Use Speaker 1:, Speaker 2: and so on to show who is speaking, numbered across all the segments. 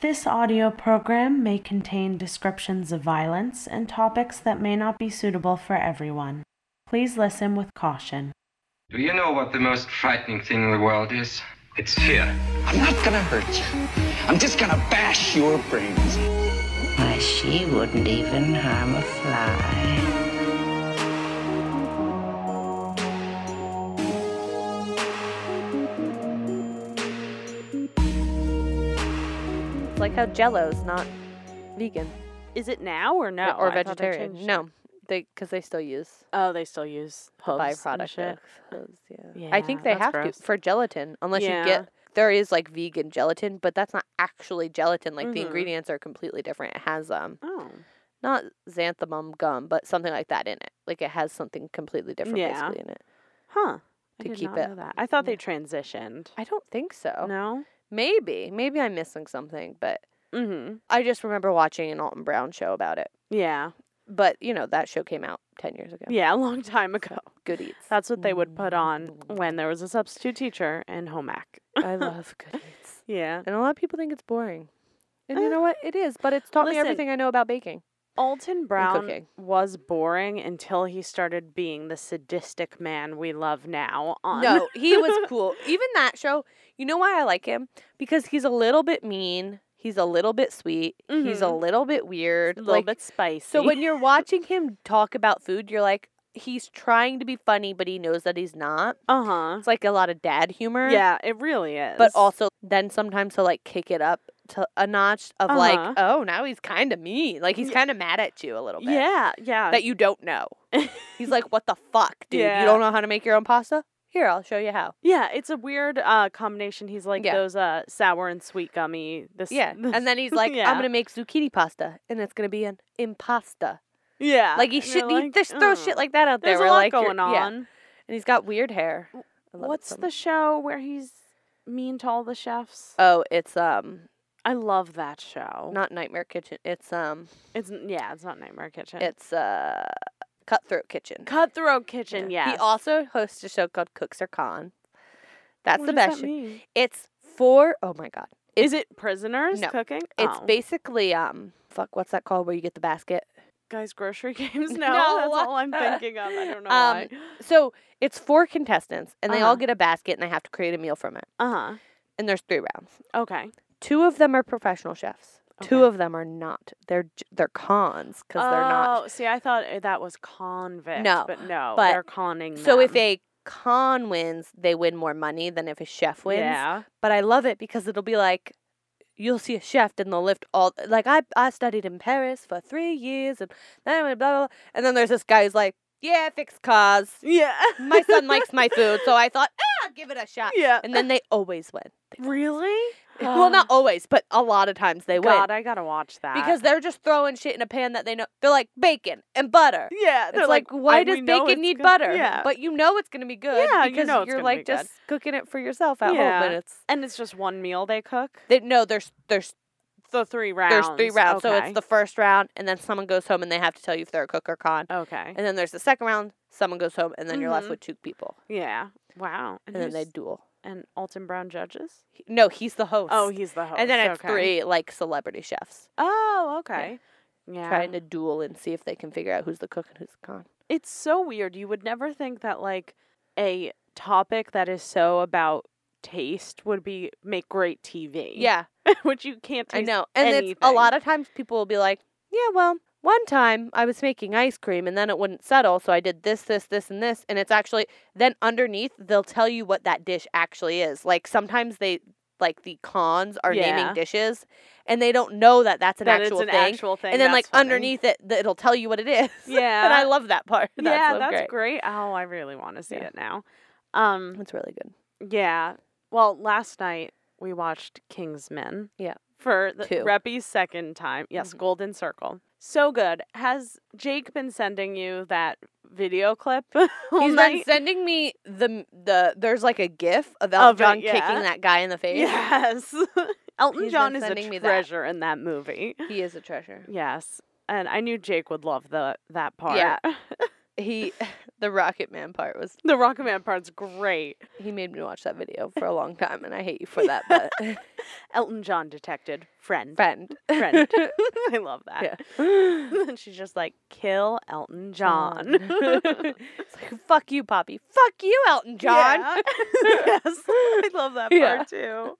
Speaker 1: This audio program may contain descriptions of violence and topics that may not be suitable for everyone. Please listen with caution.
Speaker 2: Do you know what the most frightening thing in the world is? It's fear.
Speaker 3: I'm not gonna hurt you. I'm just gonna bash your brains.
Speaker 4: Why, she wouldn't even harm a fly.
Speaker 5: like how Jello's not vegan
Speaker 6: Is it now or no? Oh,
Speaker 5: or
Speaker 6: I thought they
Speaker 5: vegetarian.
Speaker 6: changed.
Speaker 5: No, they because they still use
Speaker 6: Oh, they still use hooves and
Speaker 5: byproduct
Speaker 6: shit.
Speaker 5: of hooves, yeah. I think
Speaker 6: Yeah,
Speaker 5: they
Speaker 6: that's
Speaker 5: have
Speaker 6: gross.
Speaker 5: to for gelatin, unless
Speaker 6: Yeah.
Speaker 5: you get there is like vegan gelatin, but that's not actually gelatin. Like the
Speaker 6: Mhm.
Speaker 5: ingredients are completely different. It has um
Speaker 6: Oh,
Speaker 5: not xanthamum gum, but something like that in it. Like it has something completely different
Speaker 6: Yeah.
Speaker 5: basically in it.
Speaker 6: huh. I
Speaker 5: To
Speaker 6: did
Speaker 5: keep
Speaker 6: not
Speaker 5: it-
Speaker 6: know that. I thought they transitioned.
Speaker 5: I don't think so.
Speaker 6: No.
Speaker 5: Maybe, maybe I'm missing something, but
Speaker 6: Mm-hmm.
Speaker 5: I just remember watching an Alton Brown show about it.
Speaker 6: Yeah.
Speaker 5: But you know that show came out ten years ago.
Speaker 6: Yeah. A long time ago.
Speaker 5: Good eats.
Speaker 6: That's what they would put on when there was a substitute teacher in home ec.
Speaker 5: Mm-hmm. I love good eats.
Speaker 6: Yeah.
Speaker 5: And a lot of people think it's boring. And
Speaker 6: Eh.
Speaker 5: you know what? It is, but it's taught me
Speaker 6: Listen.
Speaker 5: everything I know about baking.
Speaker 6: Alton Brown
Speaker 5: cooking.
Speaker 6: was boring until he started being the sadistic man we love now. On
Speaker 5: No, he was cool. Even that show, you know why I like him? Because he's a little bit mean, he's a little bit sweet, he's a little bit weird.
Speaker 6: a little
Speaker 5: like,
Speaker 6: bit spicy.
Speaker 5: Mm-hmm. So when you're watching him talk about food, you're like, he's trying to be funny, but he knows that he's not.
Speaker 6: uh huh.
Speaker 5: It's like a lot of dad humor.
Speaker 6: Yeah, it really is.
Speaker 5: But also then sometimes he'll like kick it up to a notch of
Speaker 6: Uh-huh.
Speaker 5: like, oh, now he's kinda mean. Like he's
Speaker 6: Yeah.
Speaker 5: kinda mad at you a little bit.
Speaker 6: yeah, yeah.
Speaker 5: that you don't know. He's like, "What the fuck, dude?
Speaker 6: Yeah.
Speaker 5: You don't know how to make your own pasta? Here, I'll show you how."
Speaker 6: Yeah, it's a weird uh, combination. He's like
Speaker 5: Yeah.
Speaker 6: those uh, sour and sweet gummy. This,
Speaker 5: Yeah,
Speaker 6: this-
Speaker 5: and then he's like,
Speaker 6: Yeah.
Speaker 5: "I'm gonna make zucchini pasta, and it's gonna be an impasta."
Speaker 6: yeah,
Speaker 5: Like he
Speaker 6: and you're
Speaker 5: should, he
Speaker 6: like,
Speaker 5: just throws
Speaker 6: "Oh,
Speaker 5: shit like that out there.
Speaker 6: There's a
Speaker 5: where,
Speaker 6: lot
Speaker 5: like, you're-
Speaker 6: going
Speaker 5: yeah.
Speaker 6: on.
Speaker 5: and he's got weird hair. I love it
Speaker 6: What's
Speaker 5: so
Speaker 6: the
Speaker 5: much.
Speaker 6: show where he's mean to all the chefs?
Speaker 5: Oh, it's um
Speaker 6: I love that show.
Speaker 5: not Nightmare Kitchen. It's um
Speaker 6: it's n- yeah, it's not Nightmare Kitchen.
Speaker 5: it's uh Cutthroat Kitchen.
Speaker 6: Cutthroat Kitchen. Yeah,
Speaker 5: He also hosts a show called Cooks or Con. That's
Speaker 6: what
Speaker 5: the
Speaker 6: does
Speaker 5: best.
Speaker 6: that
Speaker 5: show.
Speaker 6: mean?
Speaker 5: It's for oh my god.
Speaker 6: Is it prisoners
Speaker 5: No,
Speaker 6: cooking?
Speaker 5: It's
Speaker 6: oh.
Speaker 5: basically um fuck what's that called where you get the basket?
Speaker 6: guys grocery games. No,
Speaker 5: No.
Speaker 6: that's all I'm thinking of. I don't know
Speaker 5: Um,
Speaker 6: why.
Speaker 5: So it's four contestants and they all
Speaker 6: Uh-huh.
Speaker 5: get a basket and they have to create a meal from it.
Speaker 6: Uh
Speaker 5: And there's three rounds.
Speaker 6: huh. Okay.
Speaker 5: Two of them are professional chefs. Two
Speaker 6: Okay.
Speaker 5: of them are not. They're j- they're cons because they're not.
Speaker 6: Oh, See, I thought uh, that was convict.
Speaker 5: No,
Speaker 6: but no,
Speaker 5: but-
Speaker 6: they're conning.
Speaker 5: So if
Speaker 6: them.
Speaker 5: a con wins, they win more money than if a chef wins.
Speaker 6: yeah,
Speaker 5: But I love it because it'll be like you'll see a chef and they'll lift all like I I studied in Paris for three years and then I went blah blah, blah. and then there's this guy who's like yeah fix cars
Speaker 6: yeah,
Speaker 5: my son likes my food so I thought ah I'll give it a shot
Speaker 6: yeah,
Speaker 5: and then they always win.
Speaker 6: really, Oh,
Speaker 5: well, not always, but a lot of times they
Speaker 6: God,
Speaker 5: win
Speaker 6: I gotta watch that
Speaker 5: because they're just throwing shit in a pan that they know. They're like bacon and butter.
Speaker 6: yeah,
Speaker 5: It's like, why does bacon need butter?
Speaker 6: Yeah,
Speaker 5: But you know it's gonna be good
Speaker 6: Yeah, you
Speaker 5: because
Speaker 6: know it's
Speaker 5: are
Speaker 6: gonna be
Speaker 5: like
Speaker 6: good.
Speaker 5: just cooking it for yourself at
Speaker 6: Yeah.
Speaker 5: home. And it's
Speaker 6: and it's just one meal they cook.
Speaker 5: they, no, there's there's
Speaker 6: The three rounds.
Speaker 5: there's three rounds. So
Speaker 6: Okay.
Speaker 5: it's the first round, and then someone goes home and they have to tell you if they're a cook or con.
Speaker 6: okay.
Speaker 5: And then there's the second round. Someone goes home, and then you're
Speaker 6: Mhm.
Speaker 5: left with two people,
Speaker 6: Yeah. Wow.
Speaker 5: and then they
Speaker 6: who's-
Speaker 5: duel.
Speaker 6: and Alton Brown judges.
Speaker 5: He- No, he's the host.
Speaker 6: Oh, he's the host.
Speaker 5: and then it's
Speaker 6: okay.
Speaker 5: three like celebrity chefs.
Speaker 6: Oh, okay. Yeah.
Speaker 5: trying to duel and see if they can figure out who's the cook and who's the con.
Speaker 6: it's so weird. You would never think that like a topic that is so about taste would be make great TV.
Speaker 5: Yeah,
Speaker 6: which you can't taste.
Speaker 5: I know. And it's a
Speaker 6: anything.
Speaker 5: lot of times people will be like, "Yeah, well, one time I was making ice cream and then it wouldn't settle, so I did this, this, this, and this." And it's actually then underneath they'll tell you what that dish actually is. Like sometimes they like the cons are
Speaker 6: Yeah.
Speaker 5: naming dishes, and they don't know that that's an
Speaker 6: That
Speaker 5: actual
Speaker 6: it's an
Speaker 5: thing.
Speaker 6: actual thing.
Speaker 5: and then like
Speaker 6: that's funny.
Speaker 5: underneath it, th- it'll tell you what it is.
Speaker 6: Yeah.
Speaker 5: and I love that part. That's
Speaker 6: yeah,
Speaker 5: so
Speaker 6: that's
Speaker 5: great.
Speaker 6: great. Oh, I really want to see
Speaker 5: Yeah.
Speaker 6: it now. Um
Speaker 5: That's really good.
Speaker 6: yeah. Well, last night we watched Kingsman.
Speaker 5: Yeah.
Speaker 6: For the
Speaker 5: Two.
Speaker 6: Reppy's second time. Yes,
Speaker 5: Mhm.
Speaker 6: Golden Circle. So good. Has Jake been sending you that video clip? all
Speaker 5: He's been
Speaker 6: night?
Speaker 5: sending me the the there's like a gif of
Speaker 6: Of
Speaker 5: Elton
Speaker 6: it,
Speaker 5: John
Speaker 6: yeah.
Speaker 5: kicking that guy in the face.
Speaker 6: Yes. Elton
Speaker 5: He's been
Speaker 6: John is
Speaker 5: sending me
Speaker 6: a
Speaker 5: that.
Speaker 6: treasure in that movie.
Speaker 5: He is a treasure.
Speaker 6: Yes. And I knew Jake would love the that part.
Speaker 5: Yeah. He the Rocket Man part was
Speaker 6: the Rocket Man part's great.
Speaker 5: he made me watch that video for a long time and I hate you for that, but
Speaker 6: Elton John detected friend.
Speaker 5: Friend.
Speaker 6: Friend. I love that. and she's just like, kill Elton John.
Speaker 5: it's like, fuck you, Poppy. Fuck you, Elton John.
Speaker 6: Yeah. yes. I love that part
Speaker 5: Yeah.
Speaker 6: too.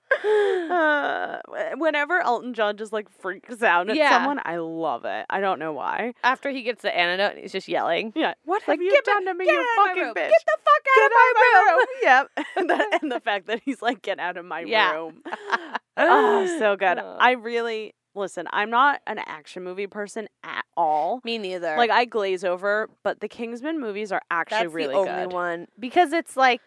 Speaker 6: Uh, wh- whenever Elton John just like freaks out at
Speaker 5: Yeah.
Speaker 6: someone, I love it. I don't know why.
Speaker 5: After he gets the antidote and he's just yelling.
Speaker 6: Yeah. What
Speaker 5: Like,
Speaker 6: have you
Speaker 5: "Get
Speaker 6: done to me,
Speaker 5: get
Speaker 6: you
Speaker 5: out of my
Speaker 6: fucking
Speaker 5: room.
Speaker 6: bitch?
Speaker 5: Get the fuck out
Speaker 6: Get
Speaker 5: of my room.
Speaker 6: Yep. and, the, and the fact that he's like, get out of my
Speaker 5: Yeah.
Speaker 6: room. Oh, so good.
Speaker 5: Oh.
Speaker 6: I really listen, I'm not an action movie person at all.
Speaker 5: Me neither.
Speaker 6: Like I glaze over, but the Kingsman movies are actually
Speaker 5: that's
Speaker 6: really
Speaker 5: the only
Speaker 6: good.
Speaker 5: one because it's like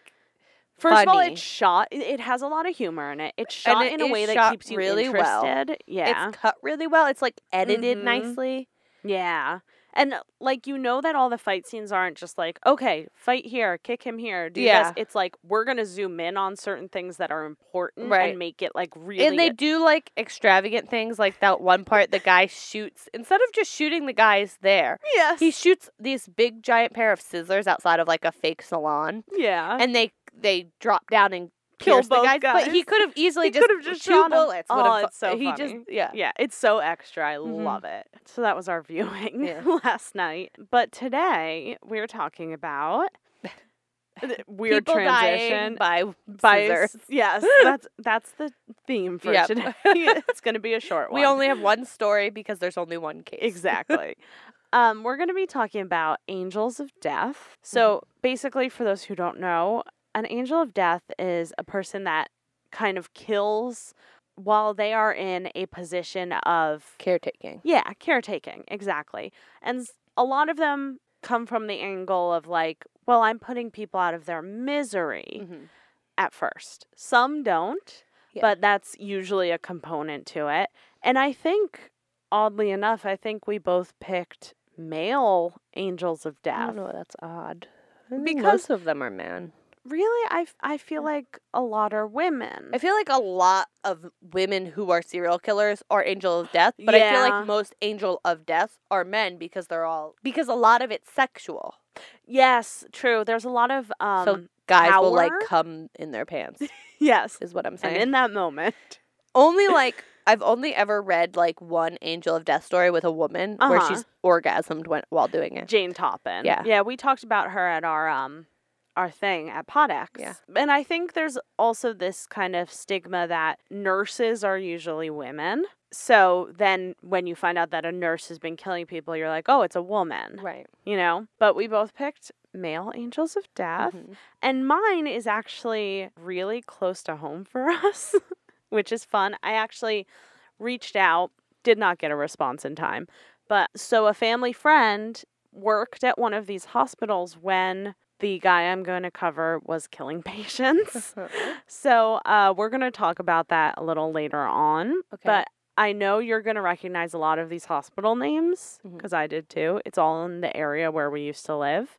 Speaker 6: First of all,
Speaker 5: funny.
Speaker 6: it's shot. It it has a lot of humor in it. It's shot
Speaker 5: it
Speaker 6: in a
Speaker 5: is
Speaker 6: way that
Speaker 5: shot
Speaker 6: keeps you
Speaker 5: really well.
Speaker 6: interested. Yeah,
Speaker 5: it's cut really well. It's like edited
Speaker 6: Mhm.
Speaker 5: nicely.
Speaker 6: yeah, and uh, like you know that all the fight scenes aren't just like okay, fight here, kick him here, do this.
Speaker 5: Yeah.
Speaker 6: It's like we're gonna zoom in on certain things that are important
Speaker 5: Right.
Speaker 6: and make it like really.
Speaker 5: and they do like extravagant things like that one part the guy shoots instead of just shooting the guys there.
Speaker 6: yes,
Speaker 5: He shoots these big giant pair of scissors outside of like a fake salon
Speaker 6: yeah,
Speaker 5: and they they drop down and
Speaker 6: Kill
Speaker 5: pierce the
Speaker 6: both
Speaker 5: guys, but he
Speaker 6: guys.
Speaker 5: could have easily
Speaker 6: He
Speaker 5: just,
Speaker 6: could've just
Speaker 5: two
Speaker 6: shot 'em.
Speaker 5: bullets would
Speaker 6: Oh,
Speaker 5: have-
Speaker 6: it's so
Speaker 5: he just
Speaker 6: funny.
Speaker 5: yeah.
Speaker 6: Yeah, it's so extra. I
Speaker 5: Mhm.
Speaker 6: love it. Mm-hmm. So that was our viewing
Speaker 5: Yeah.
Speaker 6: last night. But today we are talking about the weird
Speaker 5: People
Speaker 6: transition
Speaker 5: dying by
Speaker 6: by
Speaker 5: scissors.
Speaker 6: s- yes, that's that's the theme for
Speaker 5: Yep.
Speaker 6: today. it's going to be a short one.
Speaker 5: We only have one story because there's only one case.
Speaker 6: exactly. Um, we're going to be talking about angels of death. So basically, for those who don't know, an angel of death is a person that kind of kills while they are in a position of
Speaker 5: Caretaking.
Speaker 6: Yeah, caretaking, exactly. And s- a lot of them come from the angle of like, well, I'm putting people out of their misery at first. Some don't,
Speaker 5: Mm-hmm. Yeah.
Speaker 6: but that's usually a component to it. And I think, oddly enough, I think we both picked male angels of
Speaker 5: I
Speaker 6: death.
Speaker 5: don't know. That's odd.
Speaker 6: Because-
Speaker 5: Because most of them are men.
Speaker 6: Really, I, f- I feel like a lot are women.
Speaker 5: I feel like a lot of women who are serial killers are angel of death, but I feel
Speaker 6: Yeah.
Speaker 5: like most angel of death are men because they're all because a lot of it's sexual.
Speaker 6: yes, true. There's a lot of um,
Speaker 5: So Guys will like
Speaker 6: Power?
Speaker 5: come in their pants
Speaker 6: yes,
Speaker 5: is what I'm
Speaker 6: and
Speaker 5: saying.
Speaker 6: in that moment,
Speaker 5: only like I've only ever read like one angel of death story with a woman where
Speaker 6: Uh-huh.
Speaker 5: she's orgasmed when, while doing it.
Speaker 6: Jane Toppin.
Speaker 5: Yeah.
Speaker 6: Yeah, we talked about her at our um our thing at Podex.
Speaker 5: Yeah.
Speaker 6: And I think there's also this kind of stigma that nurses are usually women. So then when you find out that a nurse has been killing people, you're like, "Oh, it's a woman."
Speaker 5: Right.
Speaker 6: You know? But we both picked male angels of death,
Speaker 5: Mm-hmm.
Speaker 6: and mine is actually really close to home for us, which is fun. I actually reached out, did not get a response in time. But so a family friend worked at one of these hospitals when the guy I'm going to cover was killing patients. so uh, we're going to talk about that a little later on.
Speaker 5: Okay.
Speaker 6: But I know you're going to recognize a lot of these hospital names
Speaker 5: Mhm.
Speaker 6: because I did too. It's all in the area where we used to live.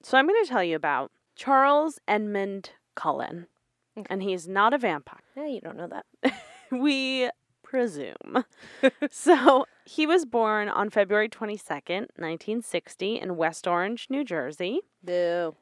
Speaker 6: So I'm going to tell you about Charles Edmund Cullen. And he's not a vampire.
Speaker 5: Yeah, you don't know that.
Speaker 6: we presume. so he was born on February 22nd, 1960, in West Orange, New Jersey.
Speaker 5: Boo.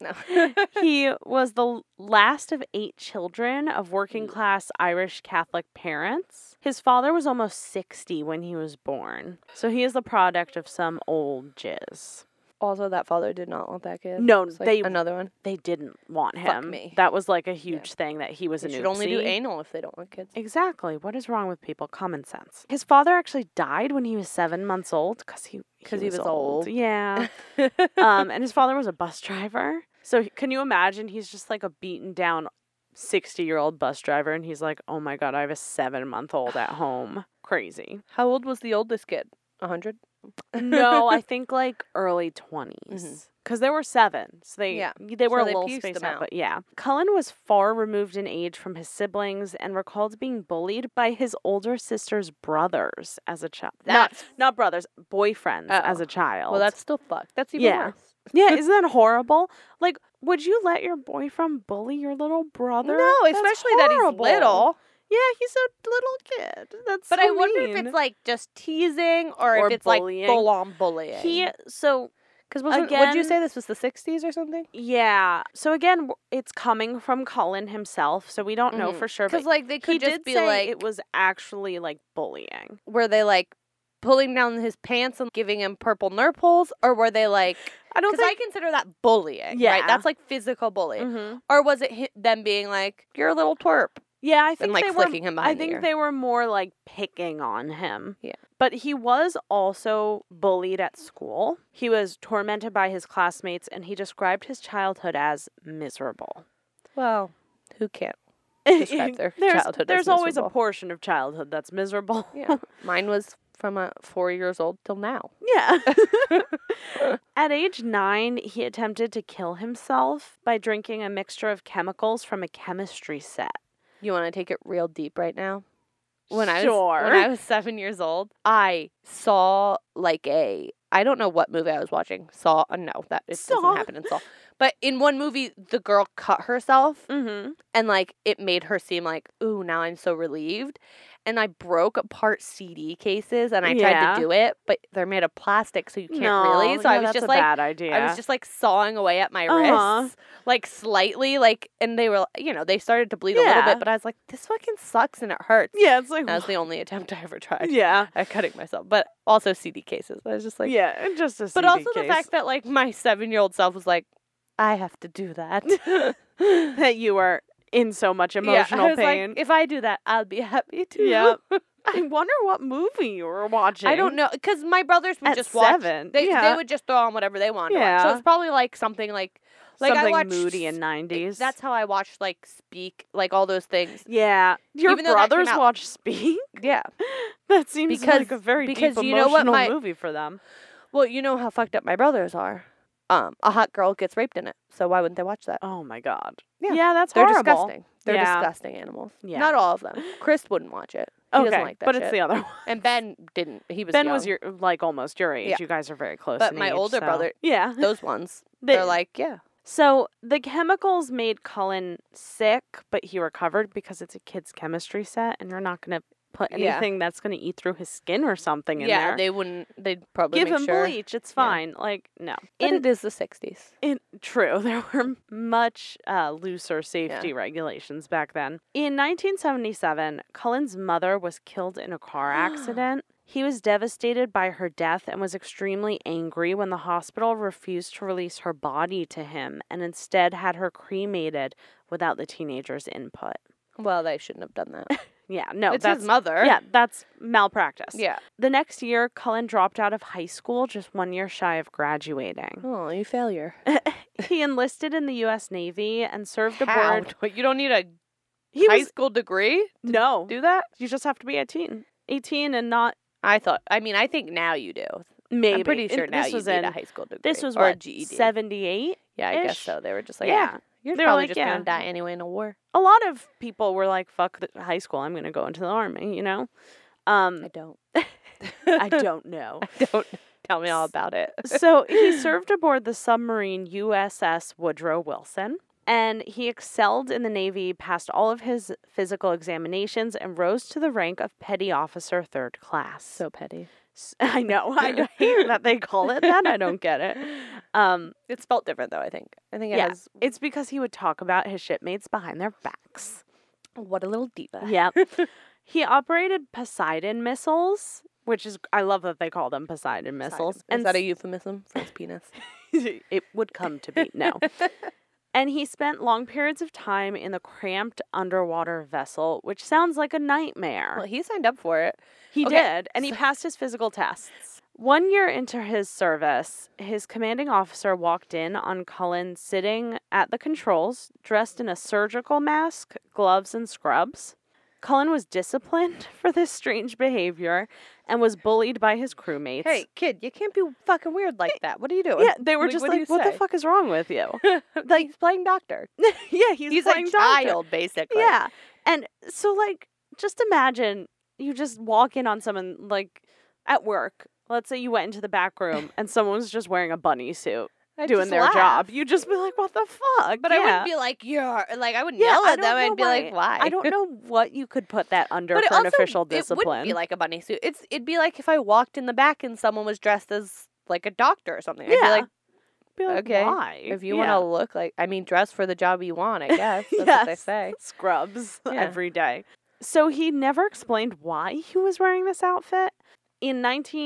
Speaker 5: no.
Speaker 6: he was the l- last of eight children of working class Irish Catholic parents. His father was almost 60 when he was born. So he is the product of some old jizz.
Speaker 5: also, that father did not want that kid.
Speaker 6: No,
Speaker 5: It's like
Speaker 6: they-
Speaker 5: another one.
Speaker 6: They didn't want him.
Speaker 5: Fuck me.
Speaker 6: That was like a huge thing that he was
Speaker 5: They
Speaker 6: an
Speaker 5: should only do
Speaker 6: oopsie.
Speaker 5: anal if they don't want kids.
Speaker 6: Exactly. What is wrong with people? Common sense. His father actually died when he was seven months old because he
Speaker 5: 'Cause he was old.
Speaker 6: Yeah.
Speaker 5: Uh,
Speaker 6: um, and his father was a bus driver. So he- can you imagine? He's just like a beaten down sixty year old bus driver, and he's like, "Oh my god, I have a seven month old at home." Crazy.
Speaker 5: How old was the oldest kid? A hundred.
Speaker 6: No, I think like early 20s because there were seven, so they
Speaker 5: Mm-hmm. Yeah,
Speaker 6: they were
Speaker 5: so
Speaker 6: a
Speaker 5: they
Speaker 6: little
Speaker 5: pieced
Speaker 6: spaced
Speaker 5: them
Speaker 6: out.
Speaker 5: out.
Speaker 6: But yeah, Cullen was far removed in age from his siblings and recalled being bullied by his older sister's brothers as a child. Not
Speaker 5: That's-
Speaker 6: not brothers, boyfriends as
Speaker 5: Oh.
Speaker 6: a child.
Speaker 5: Well, that's still fucked. That's even
Speaker 6: Yeah.
Speaker 5: worse.
Speaker 6: yeah. Isn't that horrible? Like, would you let your boyfriend bully your little brother?
Speaker 5: No,
Speaker 6: That's
Speaker 5: especially
Speaker 6: horrible.
Speaker 5: that he's little.
Speaker 6: Yeah, he's a little kid. That's
Speaker 5: But
Speaker 6: so
Speaker 5: I wonder if
Speaker 6: mean.
Speaker 5: it's like just teasing or,
Speaker 6: Or
Speaker 5: if it's
Speaker 6: bullying.
Speaker 5: like full on bullying.
Speaker 6: he. So
Speaker 5: because would you
Speaker 6: again-
Speaker 5: say this was the '60s or something?
Speaker 6: Yeah. So again, w- it's coming from Cullen himself, so we don't know
Speaker 5: Mhm.
Speaker 6: for sure.
Speaker 5: Because
Speaker 6: But
Speaker 5: like they
Speaker 6: he
Speaker 5: could
Speaker 6: did
Speaker 5: just be
Speaker 6: say
Speaker 5: like,
Speaker 6: it was actually like bullying.
Speaker 5: were they like pulling down his pants and giving him purple nerve holes, or were they like?
Speaker 6: I don't
Speaker 5: Because I
Speaker 6: think.
Speaker 5: consider that bullying.
Speaker 6: Yeah.
Speaker 5: right? that's like physical bullying.
Speaker 6: Mhm.
Speaker 5: Or was it hi- them being like, "You're a little twerp,"
Speaker 6: Yeah, I think
Speaker 5: and like
Speaker 6: they
Speaker 5: flicking
Speaker 6: were.
Speaker 5: him behind
Speaker 6: I think they were more like picking on him.
Speaker 5: Yeah.
Speaker 6: But he was also bullied at school. He was tormented by his classmates, and he described his childhood as miserable.
Speaker 5: Well, who can't? Describe their
Speaker 6: there's
Speaker 5: childhood as
Speaker 6: there's always a
Speaker 5: miserable.
Speaker 6: portion of childhood that's miserable.
Speaker 5: Yeah, mine was from uh, four years old till now.
Speaker 6: Yeah. At age nine, he attempted to kill himself by drinking a mixture of chemicals from a chemistry set.
Speaker 5: You want to take it real deep right now? When I was
Speaker 6: Sure.
Speaker 5: when I was 7 years old, I saw like a I don't know what movie I was watching. Saw uh, no, that it
Speaker 6: Saw.
Speaker 5: doesn't happen in Saw. But in one movie the girl cut herself
Speaker 6: Mm-hmm.
Speaker 5: and like it made her seem like, "Ooh, now I'm so relieved." And I broke apart CD cases and I tried
Speaker 6: Yeah.
Speaker 5: to do it, but they're made of plastic so you can't really. So I was
Speaker 6: that's
Speaker 5: just
Speaker 6: a
Speaker 5: like
Speaker 6: bad idea.
Speaker 5: I was just like sawing away at my
Speaker 6: Uh-huh.
Speaker 5: wrists, like slightly, like, and they were, you know, they started to bleed a little
Speaker 6: Yeah.
Speaker 5: bit, but I was like, this fucking sucks and it hurts.
Speaker 6: yeah, it's like
Speaker 5: And that was the only attempt I ever tried.
Speaker 6: yeah,
Speaker 5: I cut it myself, but also CD cases. I was just like,
Speaker 6: yeah, and just a
Speaker 5: But
Speaker 6: CD
Speaker 5: also
Speaker 6: case.
Speaker 5: the fact that like my seven year old self was like, I have to do that.
Speaker 6: that you were in so much
Speaker 5: yeah, I
Speaker 6: emotional
Speaker 5: was
Speaker 6: pain.
Speaker 5: Like, if I do that, I'll be happy too.
Speaker 6: Yep. I wonder what movie you were watching.
Speaker 5: I don't know because my brothers would
Speaker 6: At
Speaker 5: just watch.
Speaker 6: seven,
Speaker 5: They,
Speaker 6: yeah.
Speaker 5: they would just throw on whatever they wanted. To watch. So
Speaker 6: Yeah.
Speaker 5: it's probably like something like like
Speaker 6: Something
Speaker 5: I watched
Speaker 6: moody in
Speaker 5: s-
Speaker 6: nineties.
Speaker 5: That's how I watched like Speak, like all those things.
Speaker 6: yeah. Your
Speaker 5: Even though that came
Speaker 6: brothers
Speaker 5: out-
Speaker 6: watch Speak.
Speaker 5: Yeah.
Speaker 6: That seems like a
Speaker 5: Because-
Speaker 6: very
Speaker 5: because
Speaker 6: deep
Speaker 5: you know what
Speaker 6: emotional
Speaker 5: my-
Speaker 6: movie for them.
Speaker 5: Well, you know how fucked up my brothers are. Um, a hot girl gets raped in it, so why wouldn't they watch that?
Speaker 6: Oh my god.
Speaker 5: Yeah.
Speaker 6: that's
Speaker 5: They're
Speaker 6: horrible.
Speaker 5: disgusting. They're
Speaker 6: Yeah.
Speaker 5: disgusting animals.
Speaker 6: Yeah.
Speaker 5: Not all of them. Chris wouldn't watch it. He
Speaker 6: okay,
Speaker 5: doesn't like that
Speaker 6: but
Speaker 5: shit.
Speaker 6: it's the other one.
Speaker 5: And Ben didn't. He was
Speaker 6: Ben was
Speaker 5: young.
Speaker 6: your like almost your age.
Speaker 5: Yeah.
Speaker 6: You guys are very close.
Speaker 5: But
Speaker 6: in
Speaker 5: my
Speaker 6: age,
Speaker 5: older
Speaker 6: so-
Speaker 5: brother-
Speaker 6: yeah.
Speaker 5: those ones.
Speaker 6: They-
Speaker 5: They, are like, yeah.
Speaker 6: So the chemicals made Cullen sick, but he recovered because it's a kid's chemistry set, and you're not gonna put
Speaker 5: Yeah.
Speaker 6: anything that's gonna eat through his skin or something in
Speaker 5: Yeah,
Speaker 6: there.
Speaker 5: they wouldn't they'd probably
Speaker 6: Give
Speaker 5: make
Speaker 6: him
Speaker 5: sure.
Speaker 6: bleach. It's fine. Like no.
Speaker 5: But
Speaker 6: In
Speaker 5: it is the sixties.
Speaker 6: In, true, there were much uh, looser safety regulations back then. In 1977, Cullen's mother was killed in a car accident. He was devastated by her death and was extremely angry when the hospital refused to release her body to him and instead had her cremated without the teenager's input.
Speaker 5: Well, they shouldn't have done that.
Speaker 6: Yeah, no,
Speaker 5: it's
Speaker 6: that's
Speaker 5: his mother.
Speaker 6: Yeah, that's malpractice.
Speaker 5: Yeah.
Speaker 6: The next year, Cullen dropped out of high school just one year shy of graduating.
Speaker 5: Oh, you failure.
Speaker 6: He enlisted in the U.S. Navy and served aboard.
Speaker 5: You don't need a
Speaker 6: He
Speaker 5: high
Speaker 6: was
Speaker 5: school degree to
Speaker 6: no.
Speaker 5: do that?
Speaker 6: You just have to be 18. 18 and not
Speaker 5: I thought. I mean, I think now you do.
Speaker 6: maybe.
Speaker 5: I'm pretty
Speaker 6: And
Speaker 5: sure now
Speaker 6: this
Speaker 5: you
Speaker 6: was
Speaker 5: need
Speaker 6: in,
Speaker 5: a high school degree.
Speaker 6: This was
Speaker 5: or E a
Speaker 6: what
Speaker 5: GED.
Speaker 6: 78.
Speaker 5: Yeah, I guess
Speaker 6: ish.
Speaker 5: so. They were just like,
Speaker 6: Yeah.
Speaker 5: yeah, you're
Speaker 6: They were
Speaker 5: probably
Speaker 6: like,
Speaker 5: just
Speaker 6: yeah.
Speaker 5: gonna die anyway in a war.
Speaker 6: A lot of people were like, "Fuck the high school. I'm going to go into the army." You know. Um,
Speaker 5: I don't.
Speaker 6: I don't know.
Speaker 5: don't tell me all about it.
Speaker 6: so he served aboard the submarine USS Woodrow Wilson. And he excelled in the Navy, passed all of his physical examinations, and rose to the rank of petty officer third class.
Speaker 5: So petty.
Speaker 6: S- I know. I d- hate that they call it that. I don't get it. Um,
Speaker 5: It's spelled different though. I think. I think it
Speaker 6: yeah,
Speaker 5: has.
Speaker 6: it's because he would talk about his shipmates behind their backs.
Speaker 5: What a little diva.
Speaker 6: Yep. he operated Poseidon missiles, which is I love that they call them Poseidon missiles.
Speaker 5: Is that a
Speaker 6: s-
Speaker 5: euphemism for his penis?
Speaker 6: it would come to be no. and he spent long periods of time in the cramped underwater vessel, which sounds like a nightmare.
Speaker 5: well, he signed up for it.
Speaker 6: He
Speaker 5: Okay,
Speaker 6: did, and he passed his physical tests. One year into his service, his commanding officer walked in on Cullen sitting at the controls, dressed in a surgical mask, gloves, and scrubs. Cullen was disciplined for this strange behavior and was bullied by his crewmates.
Speaker 5: Hey, kid, you can't be fucking weird like that. What are you doing?
Speaker 6: Yeah, they were
Speaker 5: Like,
Speaker 6: just
Speaker 5: what do
Speaker 6: like,
Speaker 5: you
Speaker 6: "What the
Speaker 5: say?"
Speaker 6: fuck is wrong with you?"
Speaker 5: like he's playing doctor.
Speaker 6: yeah, he's,
Speaker 5: He's,
Speaker 6: playing
Speaker 5: a
Speaker 6: doctor.
Speaker 5: child, basically.
Speaker 6: Yeah, and so like, just imagine you just walk in on someone like at work. Let's say you went into the back room and someone was just wearing a bunny suit
Speaker 5: I'd
Speaker 6: doing
Speaker 5: just
Speaker 6: their
Speaker 5: laugh.
Speaker 6: job. You'd just be like, "What the fuck?"
Speaker 5: But I wouldn't be like you're like I wouldn't
Speaker 6: Yeah,
Speaker 5: yell
Speaker 6: I
Speaker 5: at
Speaker 6: don't
Speaker 5: them.
Speaker 6: know
Speaker 5: I'd be like, why?
Speaker 6: I don't know what you could put that under
Speaker 5: But it
Speaker 6: for an
Speaker 5: also-
Speaker 6: official
Speaker 5: It wouldn't
Speaker 6: discipline.
Speaker 5: be like a bunny suit. It's it'd be like if I walked in the back and someone was dressed as like a doctor or something. I'd
Speaker 6: Yeah.
Speaker 5: be like,
Speaker 6: Be like,
Speaker 5: okay,
Speaker 6: why?
Speaker 5: if you
Speaker 6: Yeah.
Speaker 5: want to look like, I mean, dress for the job you want. I guess that's what they
Speaker 6: Yes.
Speaker 5: say.
Speaker 6: scrubs
Speaker 5: Yeah.
Speaker 6: every day. So he never explained why he was wearing this outfit. In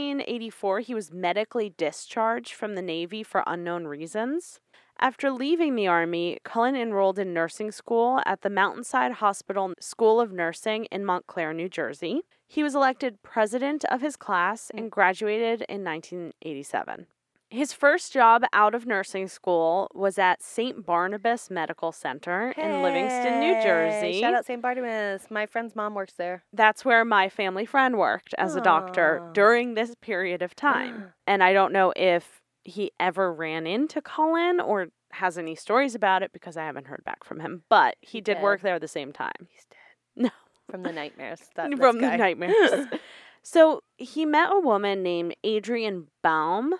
Speaker 6: 1984, he was medically discharged from the Navy for unknown reasons. After leaving the Army, Cullen enrolled in nursing school at the Mountainside Hospital School of Nursing in Montclair, New Jersey. He was elected president of his class
Speaker 5: Hmm.
Speaker 6: and graduated in 1987. His first job out of nursing school was at St. Barnabas Medical Center in Livingston, New
Speaker 5: Hey,
Speaker 6: Jersey.
Speaker 5: Shout out St. Barnabas. My friend's mom works there.
Speaker 6: That's where my family friend worked as a doctor
Speaker 5: Aw.
Speaker 6: during this period of time. and I don't know if he ever ran into Colin or has any stories about it because I haven't heard back from him. But he did
Speaker 5: did.
Speaker 6: work there at the same time.
Speaker 5: He's dead.
Speaker 6: No.
Speaker 5: From the nightmares. That, this
Speaker 6: from
Speaker 5: guy.
Speaker 6: the nightmares. so he met a woman named Adrienne Baum,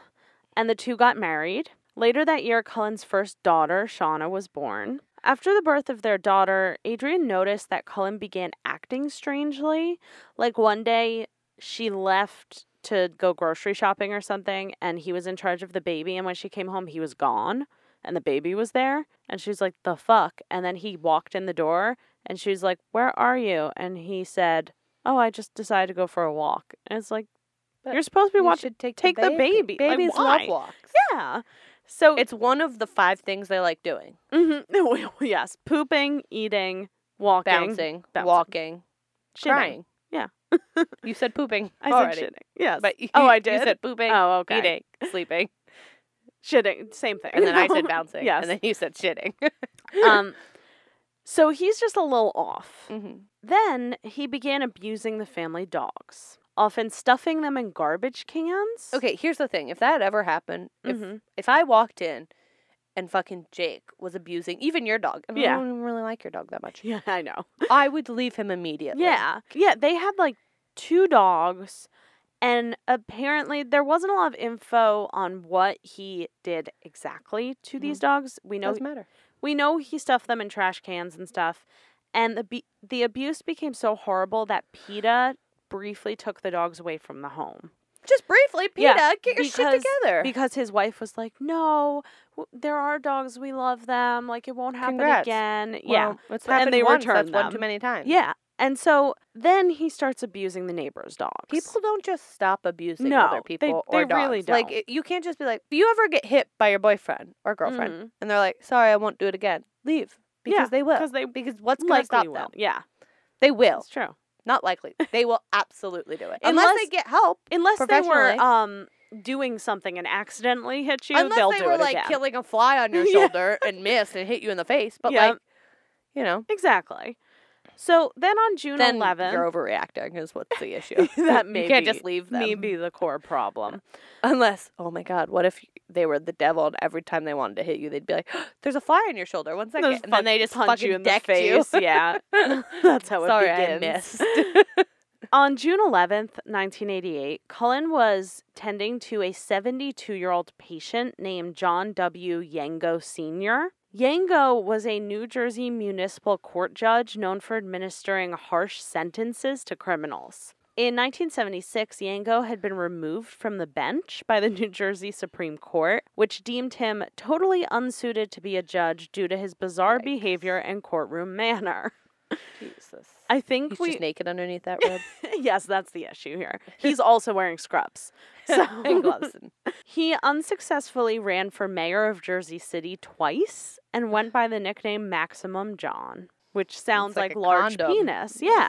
Speaker 6: and the two got married. Later that year, Cullen's first daughter, Shauna, was born. After the birth of their daughter, Adrienne noticed that Cullen began acting strangely. Like one day, she left to go grocery shopping or something, and he was in charge of the baby. And when she came home, he was gone, and the baby was there. And she was like, the fuck? And then he walked in the door, and she was like, where are you? And he said, oh, I just decided to go for a walk. And it's like,
Speaker 5: But
Speaker 6: you're supposed to be
Speaker 5: You
Speaker 6: watching.
Speaker 5: should take,
Speaker 6: take the
Speaker 5: the baby.
Speaker 6: baby. Like,
Speaker 5: Babies
Speaker 6: why?
Speaker 5: love walks.
Speaker 6: Yeah. So
Speaker 5: It's one of the five things they like doing:
Speaker 6: Mhm. yes, pooping, eating, walking,
Speaker 5: bouncing,
Speaker 6: Bouncing.
Speaker 5: walking,
Speaker 6: shitting.
Speaker 5: crying.
Speaker 6: Yeah.
Speaker 5: you said pooping.
Speaker 6: I
Speaker 5: already.
Speaker 6: said shitting. Yes.
Speaker 5: But you,
Speaker 6: oh, I
Speaker 5: you
Speaker 6: did.
Speaker 5: said pooping,
Speaker 6: oh, okay.
Speaker 5: eating, sleeping,
Speaker 6: Shitting, same thing.
Speaker 5: and then I said bouncing.
Speaker 6: yes.
Speaker 5: And then you said shitting.
Speaker 6: um, so he's just a little off.
Speaker 5: Mhm.
Speaker 6: Then he began abusing the family dogs, often stuffing them in garbage cans.
Speaker 5: Okay, here's the thing: if that ever happened, if
Speaker 6: Mhm.
Speaker 5: if I walked in and fucking Jake was abusing even your dog, and
Speaker 6: Yeah.
Speaker 5: I don't even really like your dog that much,
Speaker 6: Yeah, I know.
Speaker 5: I would leave him immediately.
Speaker 6: Yeah. Yeah, they had like two dogs and apparently there wasn't a lot of info on what he did exactly to these
Speaker 5: Mm-hmm.
Speaker 6: dogs. We know
Speaker 5: doesn't matter.
Speaker 6: we know he stuffed them in trash cans and stuff. And the be- the abuse became so horrible that PETA briefly took the dogs away from the home.
Speaker 5: Just briefly, Peta,
Speaker 6: Yeah,
Speaker 5: get your shit
Speaker 6: because-
Speaker 5: together.
Speaker 6: Because his wife was like, "No, w- there are dogs. We love them. Like it won't happen
Speaker 5: Congrats.
Speaker 6: again." yeah.
Speaker 5: Well, it's
Speaker 6: And
Speaker 5: happened
Speaker 6: they
Speaker 5: once.
Speaker 6: returned
Speaker 5: That's one too
Speaker 6: them.
Speaker 5: many times.
Speaker 6: Yeah. And so then he starts abusing the neighbor's dogs.
Speaker 5: People don't just stop abusing
Speaker 6: No,
Speaker 5: other
Speaker 6: they-
Speaker 5: people or
Speaker 6: they really
Speaker 5: dogs. Like
Speaker 6: don't.
Speaker 5: it- you can't just be like, if you ever get hit by your boyfriend or girlfriend,
Speaker 6: Mhm.
Speaker 5: and they're like, "Sorry, I won't do it again," leave
Speaker 6: Yeah,
Speaker 5: because they will.
Speaker 6: 'cause they
Speaker 5: because what's going to stop
Speaker 6: likely
Speaker 5: them? Oh.
Speaker 6: will. Yeah,
Speaker 5: They will.
Speaker 6: that's true.
Speaker 5: Not likely. They will absolutely do it unless,
Speaker 6: Unless-
Speaker 5: they get help.
Speaker 6: Unless they were
Speaker 5: Professionally.
Speaker 6: um doing something and accidentally hit you, they'll
Speaker 5: unless they
Speaker 6: do
Speaker 5: were
Speaker 6: it
Speaker 5: like
Speaker 6: again.
Speaker 5: killing a fly on your
Speaker 6: Yeah.
Speaker 5: shoulder and missed and hit you in the face, but
Speaker 6: Yeah.
Speaker 5: like, you know,
Speaker 6: exactly. So then on June
Speaker 5: then
Speaker 6: 11th,
Speaker 5: you're overreacting is what's the issue.
Speaker 6: that may
Speaker 5: you can't
Speaker 6: be,
Speaker 5: just leave them.
Speaker 6: may be the core problem.
Speaker 5: Unless, oh my God, what if they were the devil and every time they wanted to hit you, they'd be like, "There's a fly on your shoulder." One second,
Speaker 6: Those
Speaker 5: and then they
Speaker 6: fuck-
Speaker 5: just
Speaker 6: punch
Speaker 5: fucking
Speaker 6: you in
Speaker 5: decked
Speaker 6: the face.
Speaker 5: you.
Speaker 6: Yeah, that's how it
Speaker 5: Sorry,
Speaker 6: begins.
Speaker 5: I missed.
Speaker 6: On June 11th, 1988, Cullen was tending to a 72 year old patient named John W. Yango Sr. Yango was a New Jersey municipal court judge known for administering harsh sentences to criminals. In 1976, Yango had been removed from the bench by the New Jersey Supreme Court, which deemed him totally unsuited to be a judge due to his bizarre behavior and courtroom manner.
Speaker 5: Jesus.
Speaker 6: I think
Speaker 5: He's
Speaker 6: we
Speaker 5: just naked underneath that robe
Speaker 6: yes, that's the issue here. He's also wearing scrubs.
Speaker 5: and
Speaker 6: So
Speaker 5: gloves. And
Speaker 6: he unsuccessfully ran for mayor of Jersey City twice and went by the nickname Maximum John, which sounds
Speaker 5: like
Speaker 6: like,
Speaker 5: a
Speaker 6: large
Speaker 5: condom.
Speaker 6: penis. Yeah.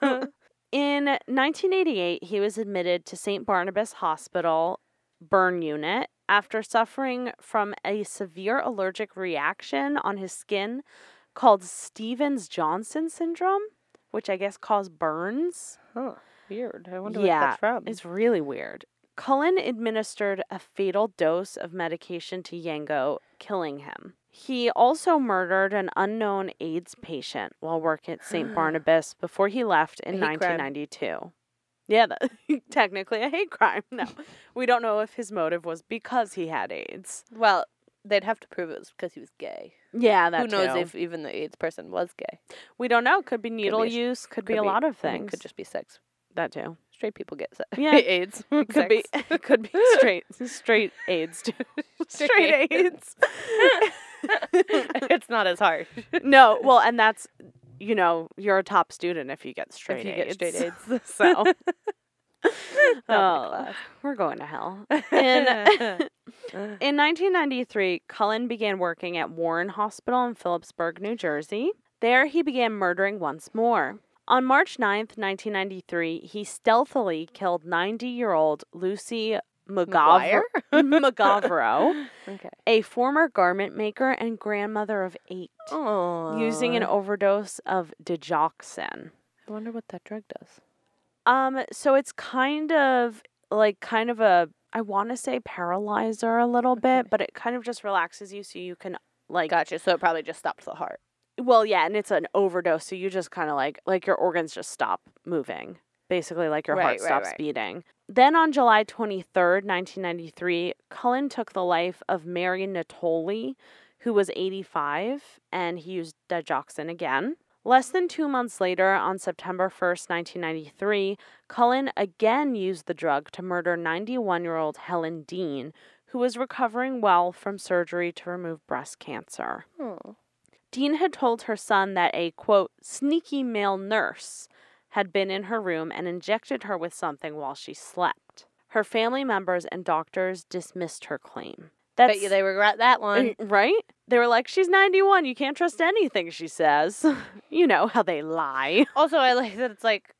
Speaker 5: yeah.
Speaker 6: In 1988, he was admitted to St. Barnabas Hospital burn unit after suffering from a severe allergic reaction on his skin called Stevens Johnson syndrome, which I guess cause burns.
Speaker 5: Huh. Weird. I wonder
Speaker 6: yeah,
Speaker 5: where that's from.
Speaker 6: it's really weird. Cullen administered a fatal dose of medication to Yango, killing him. He also murdered an unknown AIDS patient while working at St. Barnabas before he left in
Speaker 5: A hate crime.
Speaker 6: 1992. Yeah, that, technically a hate crime. No, we don't know if his motive was because he had AIDS.
Speaker 5: well, they'd have to prove it was because he was gay.
Speaker 6: Yeah, that
Speaker 5: Who knows
Speaker 6: too.
Speaker 5: if even the AIDS person was gay?
Speaker 6: we don't know. Could be needle
Speaker 5: a-
Speaker 6: use. Could, be, a lot of
Speaker 5: I
Speaker 6: things.
Speaker 5: mean, could just be sex.
Speaker 6: that too.
Speaker 5: Straight people get sex.
Speaker 6: Yeah.
Speaker 5: AIDS.
Speaker 6: It could be it could be straight straight AIDS too. straight AIDS.
Speaker 5: it's not as hard
Speaker 6: no, well, and that's you know you're a top student if you get straight
Speaker 5: if you
Speaker 6: AIDS.
Speaker 5: get straight AIDS.
Speaker 6: so
Speaker 5: Not in
Speaker 6: Oh, we're going to hell. In in 1993, Cullen began working at Warren Hospital in Phillipsburg, New Jersey. There, he began murdering once more. On March 9th, 1993, he stealthily killed 90 year old Lucy McGovern.
Speaker 5: Maguire?
Speaker 6: McGovro,
Speaker 5: Okay.
Speaker 6: a former garment maker and grandmother of eight,
Speaker 5: Oh.
Speaker 6: using an overdose of digoxin.
Speaker 5: I wonder what that drug does.
Speaker 6: Um, so it's kind of like kind of a I want to say paralyzer a little bit, but it kind of just relaxes you so you can like
Speaker 5: Gotcha. So it probably just stops the heart.
Speaker 6: well, yeah, and it's an overdose, so you just kind of like like your organs just stop moving. Basically, like your
Speaker 5: Right,
Speaker 6: heart
Speaker 5: right,
Speaker 6: stops
Speaker 5: right.
Speaker 6: beating. Then on July 23rd, 1993, Cullen took the life of Mary Natoli, who was 85, and he used digoxin again. Less than two months later, on September 1st, 1993, Cullen again used the drug to murder 91 year old Helen Dean, who was recovering well from surgery to remove breast cancer. Dean had told her son that a quote sneaky male nurse had been in her room and injected her with something while she slept. Her family members and doctors dismissed her claim. That's
Speaker 5: Bet you they regret that one.
Speaker 6: Mm, right? They were like, "She's 91. You can't trust anything she says." you know how they lie.
Speaker 5: also, I like that it's like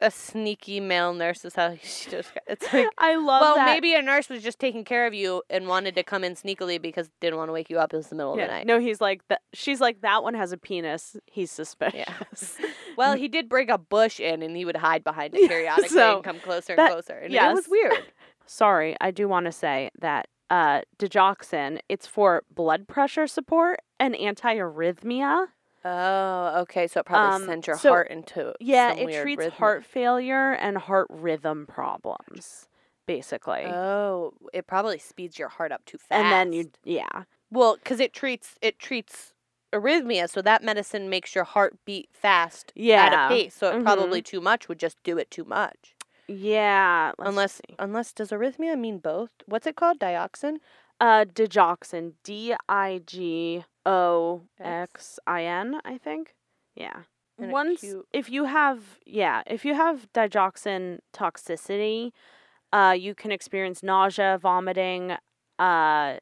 Speaker 5: a sneaky male nurse is how she just. It's like.
Speaker 6: I love
Speaker 5: Well,
Speaker 6: that.
Speaker 5: maybe a nurse was just taking care of you and wanted to come in sneakily because didn't want to wake you up. It was the middle
Speaker 6: Yeah.
Speaker 5: of the night.
Speaker 6: No, he's like that. She's like that one has a penis. He's suspicious.
Speaker 5: Well, he did bring a bush in and he would hide behind it periodically
Speaker 6: so
Speaker 5: and come closer and
Speaker 6: that-
Speaker 5: closer. And it
Speaker 6: yes.
Speaker 5: was weird.
Speaker 6: sorry, I do want to say that uh, digoxin it's for blood pressure support and antiarrhythmia.
Speaker 5: Oh, okay. So it probably
Speaker 6: Um,
Speaker 5: sent your
Speaker 6: so-
Speaker 5: heart into
Speaker 6: Yeah,
Speaker 5: some
Speaker 6: it
Speaker 5: weird
Speaker 6: treats
Speaker 5: rhythm.
Speaker 6: heart failure and heart rhythm problems, basically.
Speaker 5: Oh, it probably speeds your heart up too fast.
Speaker 6: and then you, yeah,
Speaker 5: well, because it treats it treats arrhythmia, so that medicine makes your heart beat fast
Speaker 6: yeah,
Speaker 5: at a pace. So it probably too much would just do it too much.
Speaker 6: yeah. let's
Speaker 5: unless
Speaker 6: see.
Speaker 5: unless does arrhythmia mean both? What's it called? Dioxin.
Speaker 6: uh, digoxin, D I G O X I N, I think. Yeah.
Speaker 5: And a
Speaker 6: Once
Speaker 5: cute-
Speaker 6: if you have yeah, if you have digoxin toxicity, uh, you can experience nausea, vomiting, uh,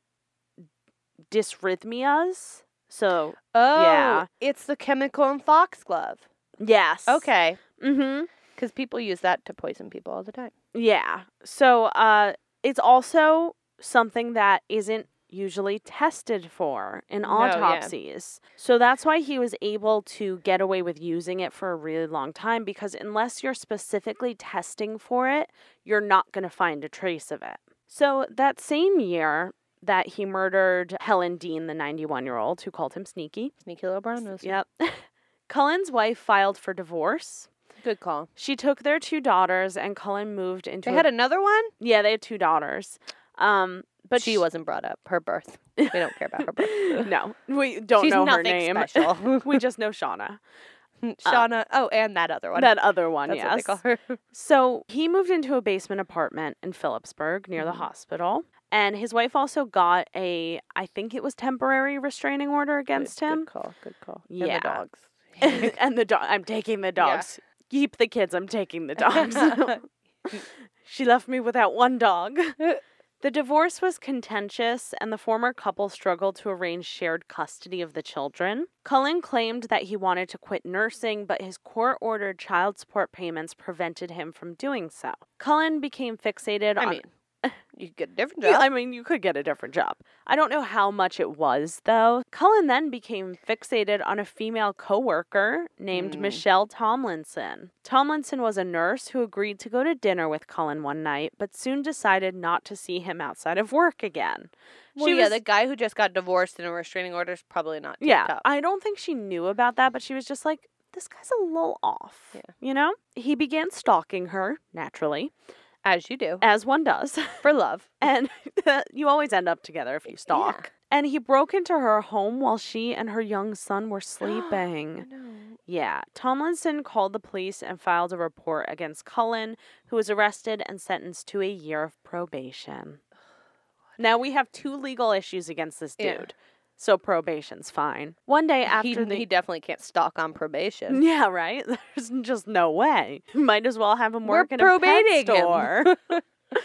Speaker 6: dysrhythmias. So
Speaker 5: Oh,
Speaker 6: Yeah.
Speaker 5: It's the chemical in foxglove.
Speaker 6: yes,
Speaker 5: Okay,
Speaker 6: Mm-hmm.
Speaker 5: because people use that to poison people all the time.
Speaker 6: Yeah. So uh, it's also something that isn't usually tested for in
Speaker 5: No, yeah.
Speaker 6: autopsies. So that's why he was able to get away with using it for a really long time because unless you're specifically testing for it, you're not going to find a trace of it. So that same year that he murdered Helen Dean, the 91 year old who called him sneaky.
Speaker 5: Sneaky little brown nose.
Speaker 6: Yep. Cullen's wife filed for divorce.
Speaker 5: good call.
Speaker 6: She took their two daughters and Cullen moved into
Speaker 5: They
Speaker 6: a
Speaker 5: had another one,
Speaker 6: yeah, they had two daughters. Um, but
Speaker 5: but she
Speaker 6: sh-
Speaker 5: wasn't brought up. Her birth. We don't care about her birth.
Speaker 6: no. We don't
Speaker 5: She's
Speaker 6: know her
Speaker 5: nothing
Speaker 6: name.
Speaker 5: special.
Speaker 6: we just know Shauna.
Speaker 5: Shauna. oh, and that other one.
Speaker 6: That other one,
Speaker 5: That's
Speaker 6: yes.
Speaker 5: what they call her.
Speaker 6: So he moved into a basement apartment in Phillipsburg near
Speaker 5: Mm-hmm.
Speaker 6: the hospital. And his wife also got a, I think it was temporary restraining order against him.
Speaker 5: Good call. Good call.
Speaker 6: Yeah.
Speaker 5: And the dogs.
Speaker 6: and, and the dog, I'm taking the dogs. Keep the kids, I'm taking the dogs. She left me without one dog. the divorce was contentious, and the former couple struggled to arrange shared custody of the children. Cullen claimed that he wanted to quit nursing, but his court ordered child support payments prevented him from doing so. Cullen became fixated
Speaker 5: I
Speaker 6: on.
Speaker 5: mean, You could get a different job.
Speaker 6: Yeah, I mean, you could get a different job. I don't know how much it was, though. Cullen then became fixated on a female coworker named
Speaker 5: Mm.
Speaker 6: Michelle Tomlinson. Tomlinson was a nurse who agreed to go to dinner with Cullen one night, but soon decided not to see him outside of work again.
Speaker 5: well,
Speaker 6: she
Speaker 5: yeah,
Speaker 6: was-
Speaker 5: the guy who just got divorced and a restraining order is probably not. tip
Speaker 6: Yeah,
Speaker 5: top.
Speaker 6: I don't think she knew about that, but she was just like, this guy's a little off.
Speaker 5: Yeah.
Speaker 6: You know? He began stalking her, naturally,
Speaker 5: as you do
Speaker 6: as one does.
Speaker 5: for love.
Speaker 6: and you always end up together if you stalk. And he broke into her home while she and her young son were sleeping. Yeah. Tomlinson called the police and filed a report against Cullen, who was arrested and sentenced to a year of probation. Now we have two legal issues against this dude.
Speaker 5: Yeah.
Speaker 6: So probation's fine. One day after
Speaker 5: He,
Speaker 6: the
Speaker 5: he definitely can't stalk on probation.
Speaker 6: yeah, right. There's just no way. Might as well have him
Speaker 5: We're
Speaker 6: work in a pet
Speaker 5: probating him.
Speaker 6: store.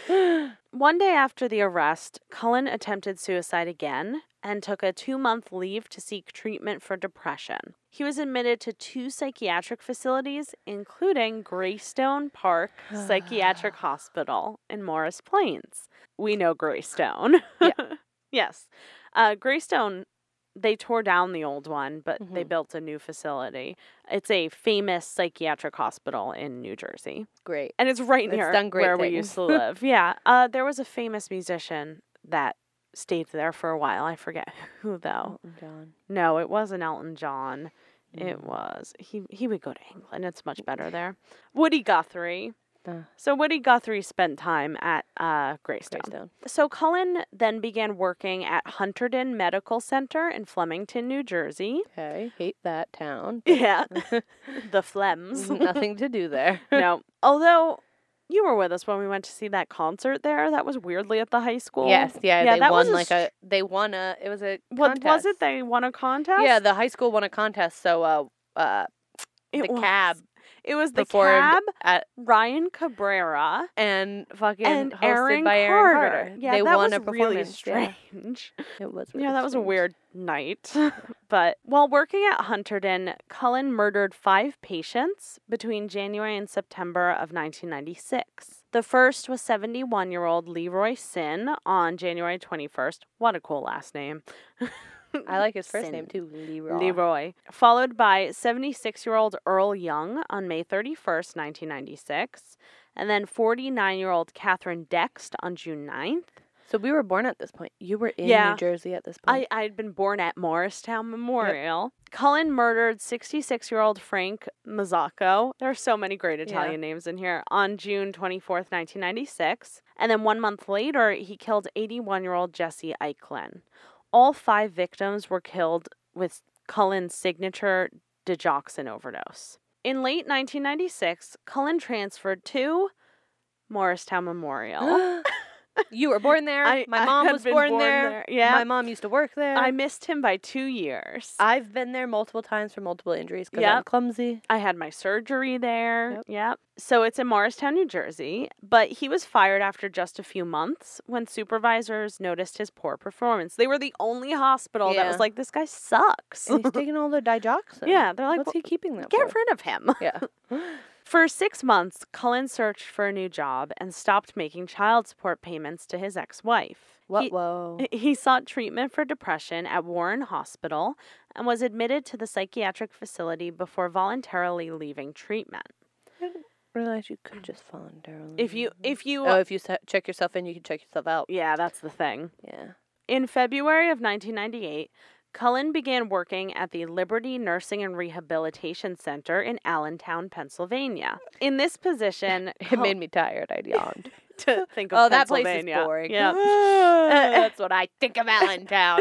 Speaker 6: One day after the arrest, Cullen attempted suicide again and took a two month leave to seek treatment for depression. He was admitted to two psychiatric facilities, including Greystone Park Psychiatric Hospital in Morris Plains. We know Greystone.
Speaker 5: Yeah.
Speaker 6: yes. Uh, Greystone, they tore down the old one, but they
Speaker 5: Mhm.
Speaker 6: built a new facility. It's a famous psychiatric hospital in New Jersey
Speaker 5: Great.
Speaker 6: and it's right
Speaker 5: It's
Speaker 6: near
Speaker 5: done great
Speaker 6: where we
Speaker 5: things.
Speaker 6: used to live. yeah, uh, there was a famous musician that stayed there for a while. I forget who
Speaker 5: Oh.
Speaker 6: though.
Speaker 5: John.
Speaker 6: No, it wasn't Elton John.
Speaker 5: Mm.
Speaker 6: It was he. He would go to England. It's much better there. Woody Guthrie.
Speaker 5: Uh.
Speaker 6: So Woody Guthrie spent time at uh, Greystone.
Speaker 5: Greystone.
Speaker 6: So Cullen then began working at Hunterdon Medical Center in Flemington, New Jersey.
Speaker 5: Okay. Hate that town.
Speaker 6: Yeah, the
Speaker 5: Mm-hmm.
Speaker 6: Flems.
Speaker 5: Nothing to do there.
Speaker 6: no. Although you were with us when we went to see that concert there, that was weirdly at the high school.
Speaker 5: Yes, yeah, they
Speaker 6: that was
Speaker 5: won like
Speaker 6: str-
Speaker 5: a they won a it was a
Speaker 6: What was it?
Speaker 5: contest.
Speaker 6: They won a contest.
Speaker 5: Yeah, the high school won a contest, so uh uh
Speaker 6: it
Speaker 5: the
Speaker 6: was.
Speaker 5: cab
Speaker 6: It was the cab.
Speaker 5: performed at
Speaker 6: Ryan Cabrera
Speaker 5: and fucking
Speaker 6: and
Speaker 5: hosted
Speaker 6: Aaron
Speaker 5: by
Speaker 6: Carter.
Speaker 5: Aaron Carter.
Speaker 6: Yeah,
Speaker 5: they
Speaker 6: that
Speaker 5: won
Speaker 6: was
Speaker 5: a
Speaker 6: really
Speaker 5: performance. yeah.
Speaker 6: strange.
Speaker 5: It was
Speaker 6: Yeah, that was a
Speaker 5: strange.
Speaker 6: weird night. but while working at Hunterdon, Cullen murdered five patients between January and September of 1996. The first was 71 year old Leroy Sin on January 21st. What a cool last name.
Speaker 5: I like his first name
Speaker 6: Sin.
Speaker 5: too, Leroy.
Speaker 6: Leroy. Followed by 76 year old Earl Young on May 31st, 1996. And then 49 year old Catherine Dext on June 9th.
Speaker 5: So we were born at this point. You were in
Speaker 6: Yeah.
Speaker 5: New Jersey at this
Speaker 6: I,
Speaker 5: point.
Speaker 6: I had been born at Morristown Memorial. Cullen murdered 66 year old Frank Mazzacco. There are so many great Italian names in here. On June 24th, 1996. And then one month later, he killed 81 year old Jesse Eichlin. All five victims were killed with Cullen's signature digoxin overdose. In late 1996, Cullen transferred to Morristown Memorial.
Speaker 5: you were born there.
Speaker 6: I- I
Speaker 5: My mom
Speaker 6: had
Speaker 5: was
Speaker 6: been
Speaker 5: born,
Speaker 6: born
Speaker 5: there.
Speaker 6: there, yeah.
Speaker 5: My mom used to work there.
Speaker 6: I missed him by two years.
Speaker 5: I've been there multiple times for multiple injuries because I'm
Speaker 6: Yep.
Speaker 5: clumsy.
Speaker 6: I had my surgery there.
Speaker 5: Yep.
Speaker 6: Yep. So it's in Morristown, New Jersey. But he was fired after just a few months when supervisors noticed his poor performance. They were the only hospital that
Speaker 5: Yeah.
Speaker 6: was like, this guy sucks.
Speaker 5: And he's taking all the digoxin.
Speaker 6: Yeah, they're like,
Speaker 5: what's
Speaker 6: "Well,
Speaker 5: he keeping that
Speaker 6: Get
Speaker 5: for?
Speaker 6: rid of him.
Speaker 5: yeah.
Speaker 6: For six months, Cullen searched for a new job and stopped making child support payments to his ex wife.
Speaker 5: What? whoa.
Speaker 6: He sought treatment for depression at Warren Hospital and was admitted to the psychiatric facility before voluntarily leaving treatment.
Speaker 5: realize you could just voluntarily.
Speaker 6: If you if you
Speaker 5: oh, if you se- check yourself in, you can check yourself out.
Speaker 6: Yeah, that's the thing.
Speaker 5: Yeah.
Speaker 6: In February of 1998, Cullen began working at the Liberty Nursing and Rehabilitation Center in Allentown, Pennsylvania. In this position,
Speaker 5: It made me tired. I yawned.
Speaker 6: to oh. think of
Speaker 5: oh, that place is
Speaker 6: Pennsylvania.
Speaker 5: boring. Uh,
Speaker 6: Yeah.
Speaker 5: That's what I think of Allentown.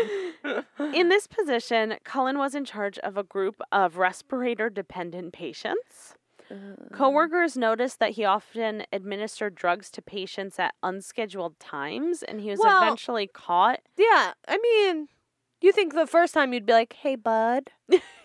Speaker 6: In this position, Cullen was in charge of a group of respirator dependent patients.
Speaker 5: Uh.
Speaker 6: Coworkers noticed that he often administered drugs to patients at unscheduled times, and he was
Speaker 5: Well-
Speaker 6: eventually caught.
Speaker 5: yeah, I mean, you think the first time you'd be like, "Hey, bud,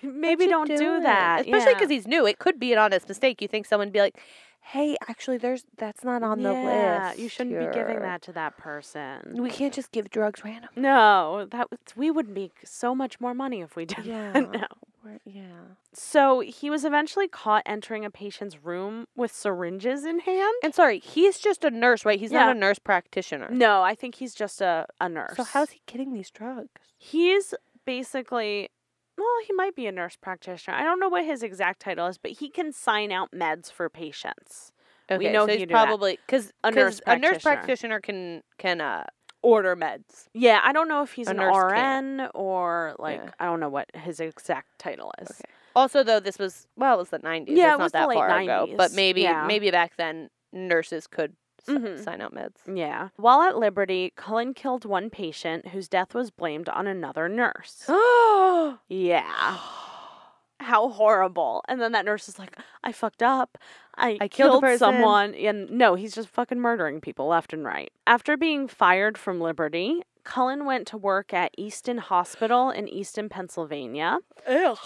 Speaker 6: Maybe
Speaker 5: you
Speaker 6: don't do
Speaker 5: doing?"
Speaker 6: that,
Speaker 5: especially
Speaker 6: yeah.
Speaker 5: because he's new. It could be an honest mistake. You think someone'd be like, "Hey, actually, there's that's not on the list.
Speaker 6: Yeah, you shouldn't be giving
Speaker 5: here.
Speaker 6: that to that person.
Speaker 5: We can't just give drugs randomly."
Speaker 6: No, that w- we would make so much more money if we did
Speaker 5: Yeah.
Speaker 6: that now.
Speaker 5: Where, yeah.
Speaker 6: So he was eventually caught entering a patient's room with syringes in hand.
Speaker 5: And sorry, he's just a nurse, right? He's
Speaker 6: Yeah.
Speaker 5: not a nurse practitioner.
Speaker 6: No, I think he's just a, a nurse.
Speaker 5: So how's he getting these drugs?
Speaker 6: He's basically, well, he might be a nurse practitioner. I don't know what his exact title is, but he can sign out meds for patients.
Speaker 5: Okay,
Speaker 6: know
Speaker 5: so
Speaker 6: he
Speaker 5: he's
Speaker 6: do that.
Speaker 5: probably because
Speaker 6: A nurse
Speaker 5: a nurse
Speaker 6: practitioner.
Speaker 5: practitioner can can uh, order meds.
Speaker 6: Yeah, I don't know if he's
Speaker 5: A
Speaker 6: an
Speaker 5: nurse
Speaker 6: RN
Speaker 5: can.
Speaker 6: or like
Speaker 5: Yeah.
Speaker 6: I don't know what his exact title is.
Speaker 5: Okay. Also, though, this was well, it was the nineties.
Speaker 6: Yeah, it
Speaker 5: it's not
Speaker 6: was the
Speaker 5: that
Speaker 6: late
Speaker 5: far ago,
Speaker 6: 90s,
Speaker 5: but maybe
Speaker 6: yeah.
Speaker 5: maybe back then nurses could s-
Speaker 6: Mhm.
Speaker 5: sign out meds.
Speaker 6: Yeah. While at Liberty, Cullen killed one patient whose death was blamed on another nurse.
Speaker 5: Oh,
Speaker 6: yeah. How horrible. And then that nurse is like, I fucked up. I,
Speaker 5: I killed a
Speaker 6: killed,
Speaker 5: person."
Speaker 6: someone. And no, he's just fucking murdering people left and right. After being fired from Liberty, Cullen went to work at Easton Hospital in Easton, Pennsylvania.
Speaker 5: ugh.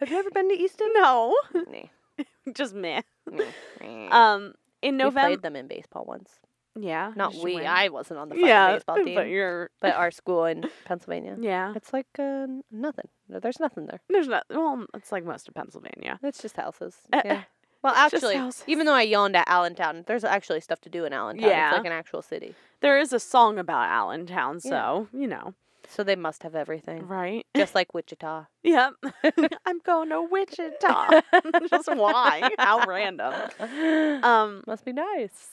Speaker 5: Have you ever been to Easton?
Speaker 6: No.
Speaker 5: Nah,
Speaker 6: just meh.
Speaker 5: nah.
Speaker 6: Um, in
Speaker 5: we
Speaker 6: November.
Speaker 5: played them in baseball once.
Speaker 6: yeah.
Speaker 5: Not
Speaker 6: did you
Speaker 5: we.
Speaker 6: win?
Speaker 5: I wasn't on the fucking
Speaker 6: yeah,
Speaker 5: baseball team,
Speaker 6: but
Speaker 5: but,
Speaker 6: you're
Speaker 5: our school in Pennsylvania.
Speaker 6: yeah.
Speaker 5: It's like uh, nothing. No, There's nothing there.
Speaker 6: There's not. Well, it's like most of Pennsylvania.
Speaker 5: It's just houses.
Speaker 6: Uh,
Speaker 5: Yeah. Well,
Speaker 6: it's just
Speaker 5: actually,
Speaker 6: houses.
Speaker 5: even though I yawned at Allentown, there's actually stuff to do in Allentown.
Speaker 6: Yeah.
Speaker 5: It's like an actual city.
Speaker 6: There is a song about Allentown,
Speaker 5: Yeah.
Speaker 6: so you know,
Speaker 5: So they must have everything.
Speaker 6: right?
Speaker 5: Just like Wichita.
Speaker 6: Yep. I'm going to Wichita. Just why? How random. Um,
Speaker 5: Must be nice.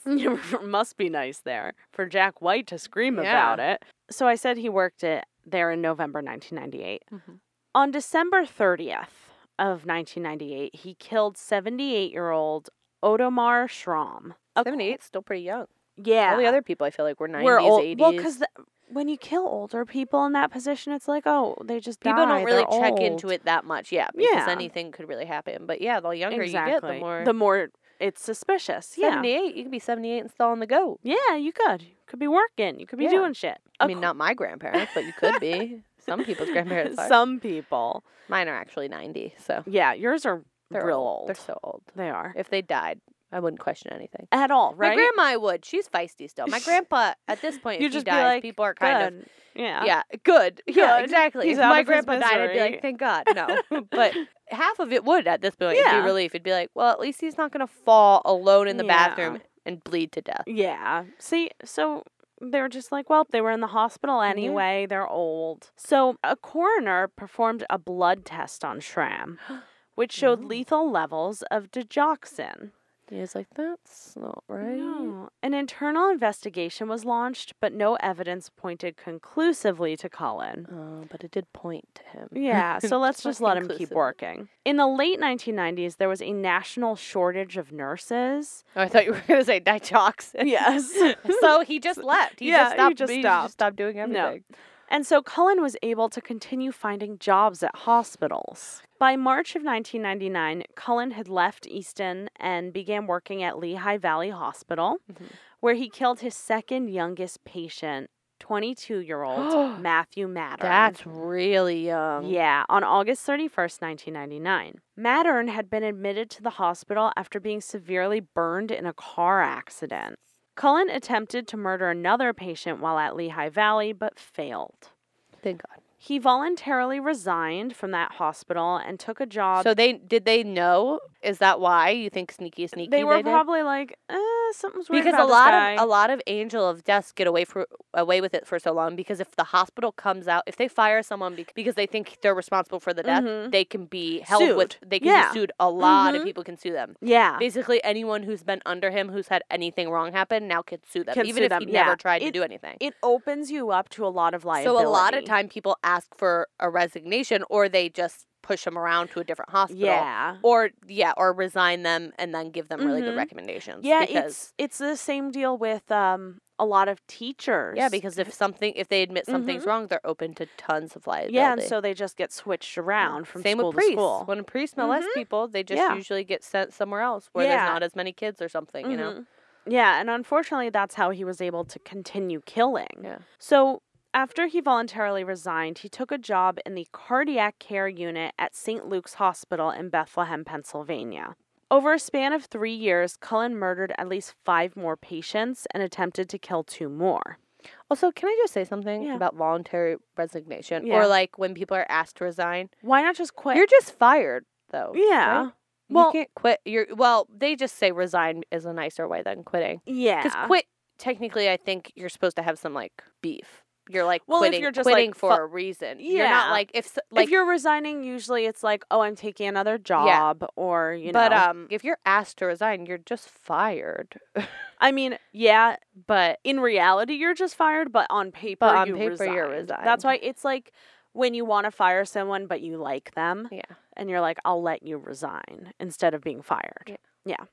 Speaker 6: must be nice there for Jack White to scream
Speaker 5: Yeah.
Speaker 6: about it. So I said he worked it there in November 1998.
Speaker 5: Mhm.
Speaker 6: On December 30th of 1998, he killed 78-year-old Odomar Schramm. Ac-
Speaker 5: 78 's still pretty young.
Speaker 6: Yeah.
Speaker 5: All the other people I feel like were 90s,
Speaker 6: We're old.
Speaker 5: 80s.
Speaker 6: Well, because when you kill older people in that position, it's like, oh, they just
Speaker 5: people
Speaker 6: die,
Speaker 5: don't really
Speaker 6: they're
Speaker 5: check
Speaker 6: old.
Speaker 5: into it that much. Yeah.
Speaker 6: Yeah.
Speaker 5: Because anything could really happen. But yeah, the younger
Speaker 6: exactly.
Speaker 5: you get, the more.
Speaker 6: the more it's suspicious. Yeah.
Speaker 5: 78, you could be 78 and still on the go.
Speaker 6: Yeah, you could. You could be working. You could be
Speaker 5: Yeah.
Speaker 6: doing shit.
Speaker 5: I
Speaker 6: Ac-
Speaker 5: mean, not my grandparents, but you could be. Some people's grandparents are.
Speaker 6: Some people.
Speaker 5: Mine are actually 90, so
Speaker 6: Yeah, yours are
Speaker 5: they're
Speaker 6: real
Speaker 5: old.
Speaker 6: old.
Speaker 5: They're so old.
Speaker 6: They are.
Speaker 5: If they died, I wouldn't question anything.
Speaker 6: At all, right?
Speaker 5: My grandma would. She's feisty still. My grandpa, at this point,
Speaker 6: you
Speaker 5: if
Speaker 6: just
Speaker 5: he
Speaker 6: be
Speaker 5: dies,
Speaker 6: like,
Speaker 5: people are kind of
Speaker 6: "Good." Yeah.
Speaker 5: Yeah, good. Yeah,
Speaker 6: Good.
Speaker 5: exactly.
Speaker 6: He's
Speaker 5: if
Speaker 6: out
Speaker 5: my
Speaker 6: of his
Speaker 5: grandpa died, I'd be
Speaker 6: misery.
Speaker 5: like, thank God. No, but half of it would at this point. It'd
Speaker 6: Yeah.
Speaker 5: be relief. It'd be like, well, at least he's not going to fall alone in the
Speaker 6: Yeah.
Speaker 5: bathroom and bleed to death.
Speaker 6: Yeah. See, so they were just like, well, they were in the hospital
Speaker 5: Mm-hmm.
Speaker 6: anyway. They're old. So a coroner performed a blood test on Shram, which showed lethal levels of digoxin.
Speaker 5: He's like, that's not right.
Speaker 6: No. An internal investigation was launched, but no evidence pointed conclusively to Colin.
Speaker 5: Uh, but it did point to him.
Speaker 6: Yeah, so let's just
Speaker 5: not
Speaker 6: let him keep
Speaker 5: conclusive.
Speaker 6: working. In the late 1990s, there was a national shortage of nurses.
Speaker 5: Oh, I thought you were going to say digoxin.
Speaker 6: Yes.
Speaker 5: so he just left. He
Speaker 6: Yeah,
Speaker 5: just
Speaker 6: he
Speaker 5: stopped.
Speaker 6: just
Speaker 5: he
Speaker 6: stopped.
Speaker 5: stopped doing everything.
Speaker 6: And so Cullen was able to continue finding jobs at hospitals. By March of 1999, Cullen had left Easton and began working at Lehigh Valley Hospital, where he killed his second youngest patient, 22 year old Matthew Matter.
Speaker 5: That's really young.
Speaker 6: Yeah, on August 31st, 1999. Mattern had been admitted to the hospital after being severely burned in a car accident. Cullen attempted to murder another patient while at Lehigh Valley, but failed.
Speaker 5: Thank God.
Speaker 6: He voluntarily resigned from that hospital and took a job.
Speaker 5: So they did they know? Is that why you think sneaky sneaky?
Speaker 6: they were
Speaker 5: did?
Speaker 6: probably like, eh, something's weird
Speaker 5: because
Speaker 6: about
Speaker 5: a lot
Speaker 6: this guy.
Speaker 5: of a lot of angel of deaths get away for away with it for so long because if the hospital comes out if they fire someone bec- because they think they're responsible for the death
Speaker 6: Mhm.
Speaker 5: they can be held with
Speaker 6: Sued.
Speaker 5: they can
Speaker 6: Yeah.
Speaker 5: be Mm-hmm. sued Mm-hmm. a lot
Speaker 6: Mhm.
Speaker 5: of people can sue them
Speaker 6: yeah.
Speaker 5: basically anyone who's been under him who's had anything wrong happen now can sue them
Speaker 6: Can
Speaker 5: even
Speaker 6: sue
Speaker 5: if
Speaker 6: them,
Speaker 5: he
Speaker 6: yeah.
Speaker 5: never tried to
Speaker 6: It-
Speaker 5: do anything
Speaker 6: It opens you up to a lot of
Speaker 5: so
Speaker 6: liability.
Speaker 5: a lot of time people ask for a resignation or they just push them around to a different hospital
Speaker 6: Yeah.
Speaker 5: or yeah Mm-hmm. or resign them and then give them really good
Speaker 6: Mhm.
Speaker 5: recommendations
Speaker 6: Yeah,
Speaker 5: because
Speaker 6: it's it's the same deal with um a lot of teachers.
Speaker 5: Yeah, because if something if they admit something's wrong, they're open to tons of liability.
Speaker 6: Mm-hmm. yeah, and so they just get switched around from
Speaker 5: same
Speaker 6: school
Speaker 5: with priests.
Speaker 6: to school. Mm-hmm.
Speaker 5: When priests molest people, they just
Speaker 6: Yeah.
Speaker 5: usually get sent somewhere else where
Speaker 6: Yeah.
Speaker 5: there's not as many kids or something. You know,
Speaker 6: Mhm. Yeah, and unfortunately, that's how he was able to continue killing.
Speaker 5: Yeah.
Speaker 6: So after he voluntarily resigned, he took a job in the cardiac care unit at St. Luke's Hospital in Bethlehem, Pennsylvania. Over a span of three years, Cullen murdered at least five more patients and attempted to kill two more.
Speaker 5: Also, can I just say something
Speaker 6: Yeah.
Speaker 5: about voluntary resignation
Speaker 6: Yeah.
Speaker 5: or like when people are asked to resign?
Speaker 6: Why not just quit?
Speaker 5: You're just fired though.
Speaker 6: yeah.
Speaker 5: right?
Speaker 6: Well-
Speaker 5: you can't quit. You're well, they just say resign is a nicer way than quitting.
Speaker 6: Yeah.
Speaker 5: Cuz quit technically I think you're supposed to have some like beef. You're like
Speaker 6: Well, if
Speaker 5: quitting,
Speaker 6: you're just, like,
Speaker 5: quitting for
Speaker 6: fu-
Speaker 5: a reason. You're not
Speaker 6: Yeah.
Speaker 5: like if s- like
Speaker 6: if you're resigning, usually it's like, oh, I'm taking another job, or you know.
Speaker 5: but um if you're asked to resign, you're just fired.
Speaker 6: I mean, yeah.
Speaker 5: But
Speaker 6: In reality, you're just fired, but on paper,
Speaker 5: But on
Speaker 6: you
Speaker 5: paper, you're
Speaker 6: resigned. That's why
Speaker 5: resigned.
Speaker 6: it's like when you want to fire someone, but you like them,
Speaker 5: yeah.
Speaker 6: and you're like, I'll let you resign instead of being fired.
Speaker 5: Yeah.
Speaker 6: Yeah,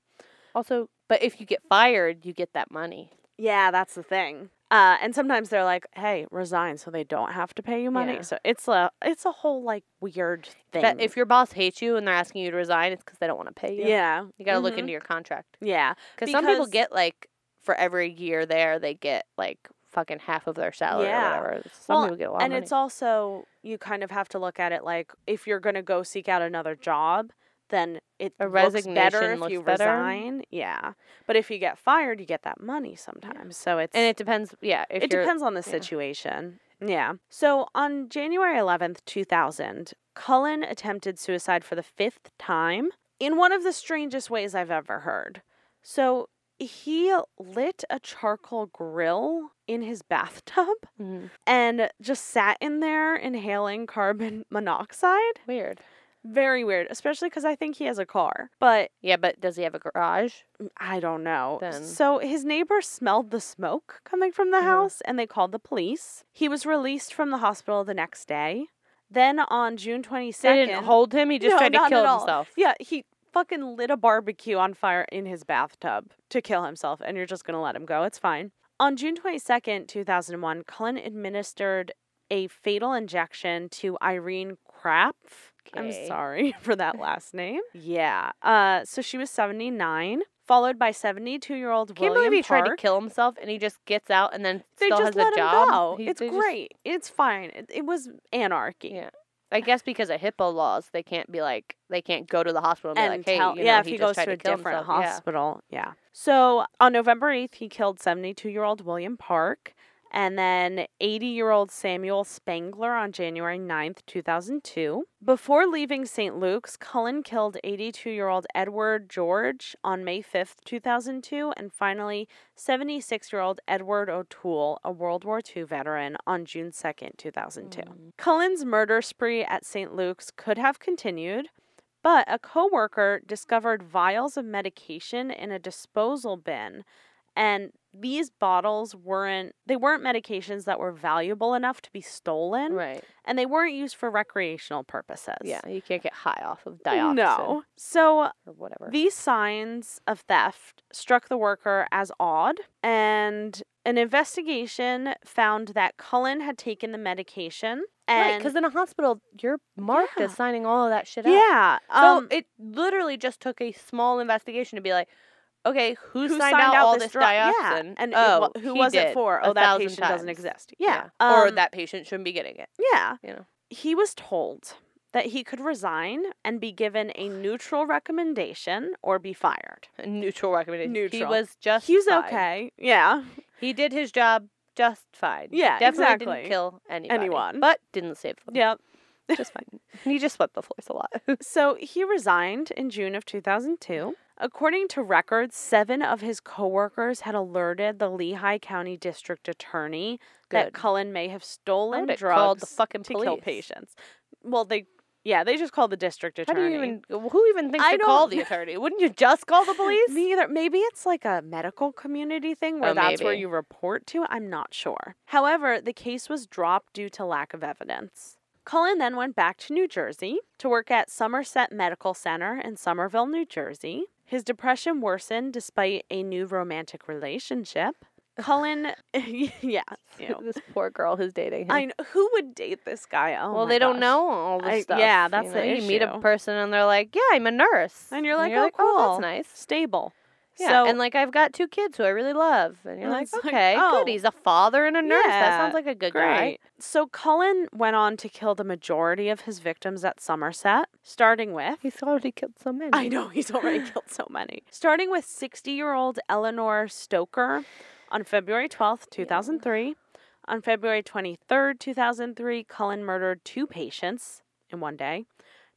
Speaker 5: Also, but if you get fired, you get that money.
Speaker 6: that's the thing. Uh, and sometimes they're like, "Hey, resign," so they don't have to pay you money.
Speaker 5: Yeah.
Speaker 6: So it's a it's a whole like weird thing.
Speaker 5: That if your boss hates you and they're asking you to resign, it's because they don't want to pay you.
Speaker 6: yeah, yeah,
Speaker 5: You got to look
Speaker 6: Mhm.
Speaker 5: into your contract.
Speaker 6: yeah,
Speaker 5: Because some people
Speaker 6: Because-
Speaker 5: get like for every year there, they get like fucking half of their salary
Speaker 6: Yeah.
Speaker 5: or whatever. Some
Speaker 6: Well,
Speaker 5: people get a lot
Speaker 6: and
Speaker 5: of money.
Speaker 6: it's also you kind of have to look at it like if you're going to go seek out another job then it
Speaker 5: A
Speaker 6: looks better
Speaker 5: resignation
Speaker 6: if you
Speaker 5: looks better.
Speaker 6: resign yeah but if you get fired you get that money sometimes so it's
Speaker 5: and it depends. Yeah, if
Speaker 6: it
Speaker 5: you're,
Speaker 6: depends on the
Speaker 5: yeah.
Speaker 6: situation yeah so on january 11th 2000 cullen attempted suicide for the fifth time in one of the strangest ways i've ever heard so he lit a charcoal grill in his bathtub
Speaker 5: Mhm.
Speaker 6: and just sat in there inhaling carbon monoxide.
Speaker 5: weird.
Speaker 6: Very weird, especially because I think he has a car, but
Speaker 5: Yeah, but does he have a garage?
Speaker 6: I don't know.
Speaker 5: Then-
Speaker 6: So his neighbor smelled the smoke coming from the
Speaker 5: Uh-huh.
Speaker 6: house and they called the police. He was released from the hospital the next day. Then on June 22nd,
Speaker 5: They didn't hold him. He just
Speaker 6: No,
Speaker 5: tried to
Speaker 6: not at
Speaker 5: kill
Speaker 6: all.
Speaker 5: himself.
Speaker 6: Yeah, he fucking lit a barbecue on fire in his bathtub to kill himself, and you're just going to let him go. It's fine. On June 22nd, 2001, Cullen administered a fatal injection to Irene Krapf. I'm
Speaker 5: Okay.
Speaker 6: sorry for that last name. Yeah. Uh, so she was 79, followed by 72 year old
Speaker 5: Can't
Speaker 6: William
Speaker 5: believe he
Speaker 6: Park.
Speaker 5: tried to kill himself and he just gets out and then
Speaker 6: They
Speaker 5: still
Speaker 6: just
Speaker 5: has
Speaker 6: let
Speaker 5: a
Speaker 6: him
Speaker 5: job.
Speaker 6: go.
Speaker 5: He-
Speaker 6: it's
Speaker 5: they just-
Speaker 6: great. It's fine. It, it was anarchy.
Speaker 5: Yeah. I guess because of HIPAA laws, they can't be like they can't go to the hospital and, be like, hey,
Speaker 6: tell-
Speaker 5: you know,
Speaker 6: yeah, if
Speaker 5: he,
Speaker 6: he,
Speaker 5: just
Speaker 6: goes
Speaker 5: tried
Speaker 6: to a
Speaker 5: kill
Speaker 6: different
Speaker 5: himself. Yeah.
Speaker 6: hospital, yeah. So on November eighth, he killed seventy-two-year-old William Park, and then eighty-year-old Samuel Spangler on January 9th, two thousand two. Before leaving St. Luke's, Cullen killed eighty-two-year-old Edward George on May fifth, two thousand two, and finally seventy-six-year-old Edward O'Toole, a World War II veteran, on June second, two thousand two. Cullen's murder spree at St. Luke's could have continued. But a coworker discovered vials of medication in a disposal bin, and these bottles weren't they weren't medications that were valuable enough to be stolen,
Speaker 5: Right.
Speaker 6: and they weren't used for recreational purposes.
Speaker 5: Yeah. You can't get high off of dioxin
Speaker 6: No. So
Speaker 5: or whatever.
Speaker 6: these signs of theft struck the worker as odd, and an investigation found that Cullen had taken the medication
Speaker 5: Right,
Speaker 6: and
Speaker 5: because in a hospital, you're marked as
Speaker 6: Yeah.
Speaker 5: signing all of that shit out.
Speaker 6: yeah,
Speaker 5: So
Speaker 6: um,
Speaker 5: it literally just took a small investigation to be like, okay, who,
Speaker 6: who
Speaker 5: signed, out, all this
Speaker 6: drug?
Speaker 5: dioxin?
Speaker 6: Yeah. And it
Speaker 5: oh,
Speaker 6: wa- who
Speaker 5: he
Speaker 6: was
Speaker 5: did
Speaker 6: it for?
Speaker 5: a
Speaker 6: Oh, that
Speaker 5: thousand
Speaker 6: patient doesn't
Speaker 5: times."
Speaker 6: exist. Yeah.
Speaker 5: or
Speaker 6: Um,
Speaker 5: that patient shouldn't be getting it.
Speaker 6: Yeah.
Speaker 5: You know.
Speaker 6: He was told that he could resign and be given a neutral recommendation or be fired.
Speaker 5: A Neutral recommendation. He
Speaker 6: Neutral.
Speaker 5: was just.
Speaker 6: He's
Speaker 5: fine.
Speaker 6: okay. Yeah.
Speaker 5: He did his job just fine.
Speaker 6: Yeah,
Speaker 5: Definitely didn't
Speaker 6: exactly.
Speaker 5: kill anybody,
Speaker 6: Anyone.
Speaker 5: but didn't save them.
Speaker 6: Yep.
Speaker 5: just fine. He just swept the floors a lot.
Speaker 6: So he resigned in June of 2002. According to records, seven of his coworkers had alerted the Lehigh County District Attorney
Speaker 5: Good.
Speaker 6: that Cullen may have stolen
Speaker 5: would've
Speaker 6: drugs
Speaker 5: called the fucking
Speaker 6: to kill
Speaker 5: police.
Speaker 6: patients. Well, they yeah, they just called the district
Speaker 5: How
Speaker 6: attorney.
Speaker 5: do you even? Who even thinks
Speaker 6: I
Speaker 5: to call
Speaker 6: don't
Speaker 5: the
Speaker 6: know.
Speaker 5: attorney? Wouldn't you just call the police?
Speaker 6: Me either. Maybe it's like a medical community thing where
Speaker 5: Oh,
Speaker 6: that's where
Speaker 5: maybe.
Speaker 6: you report to. I'm not sure. However, the case was dropped due to lack of evidence. Cullen then went back to New Jersey to work at Somerset Medical Center in Somerville, New Jersey. His depression worsened despite a new romantic relationship. Cullen, yeah, ew.
Speaker 5: this poor girl who's dating him.
Speaker 6: I know, who would date this guy? Oh,
Speaker 5: well,
Speaker 6: my
Speaker 5: they don't
Speaker 6: gosh.
Speaker 5: know all the
Speaker 6: I-
Speaker 5: stuff.
Speaker 6: yeah,
Speaker 5: you
Speaker 6: that's the
Speaker 5: know? You meet a
Speaker 6: issue.
Speaker 5: person and they're like, "Yeah, I'm a nurse,"
Speaker 6: And you're like, oh,
Speaker 5: "Oh,
Speaker 6: cool.
Speaker 5: that's nice."
Speaker 6: Stable.
Speaker 5: Yeah,
Speaker 6: So-
Speaker 5: and like I've got two kids who I really love, and you're
Speaker 6: And
Speaker 5: like,
Speaker 6: it's like,
Speaker 5: "Okay,
Speaker 6: oh,
Speaker 5: good. He's a father and a nurse. that sounds
Speaker 6: yeah,
Speaker 5: like a good guy."
Speaker 6: Great. So Cullen went on to kill the majority of his victims at Somerset, starting with.
Speaker 5: He's already killed so many.
Speaker 6: I know he's already killed so many. Starting with 60 year old Eleanor Stoker on February 12th, 2003. On February 23rd, 2003, Cullen murdered two patients in one day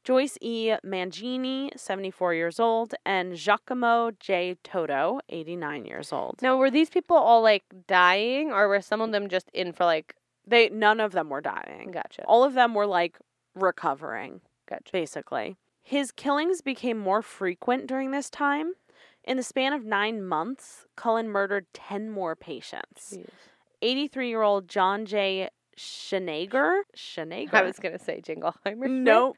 Speaker 6: Joyce E. Mangini, 74 years old, and Giacomo J. Toto, 89 years old.
Speaker 5: Now, were these people all like dying, or were some of them just in for like?
Speaker 6: They none of them were dying.
Speaker 5: Gotcha.
Speaker 6: All of them were like recovering,
Speaker 5: Gotcha.
Speaker 6: basically. His killings became more frequent during this time. In the span of nine months, Cullen murdered 10 more patients. 83 year old John J. Schneger. Schneger.
Speaker 5: I was gonna say Jingleheimer.
Speaker 6: Nope.